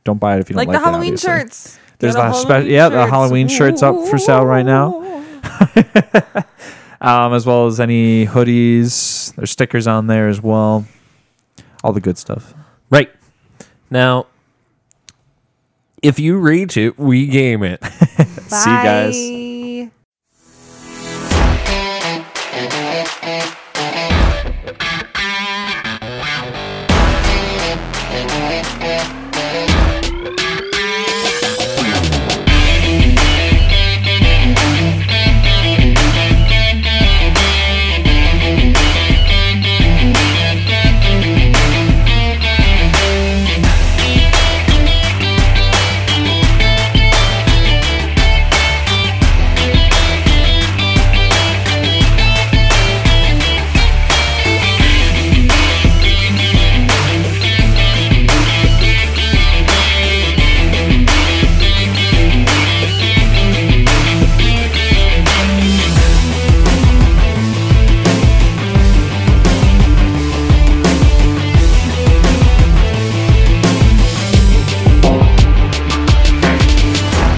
B: don't buy it if you
D: Like,
B: don't
D: the
B: like it,
D: Halloween
B: obviously.
D: shirts.
B: There's
D: Get
B: the
D: a
B: spe- yeah, the Halloween shirts up for sale right now.
D: Ooh.
B: um, as well as any hoodies. There's stickers on there as well. All the good stuff.
A: Right. Now, if you reach it, we game it.
B: See you guys.
D: Bye.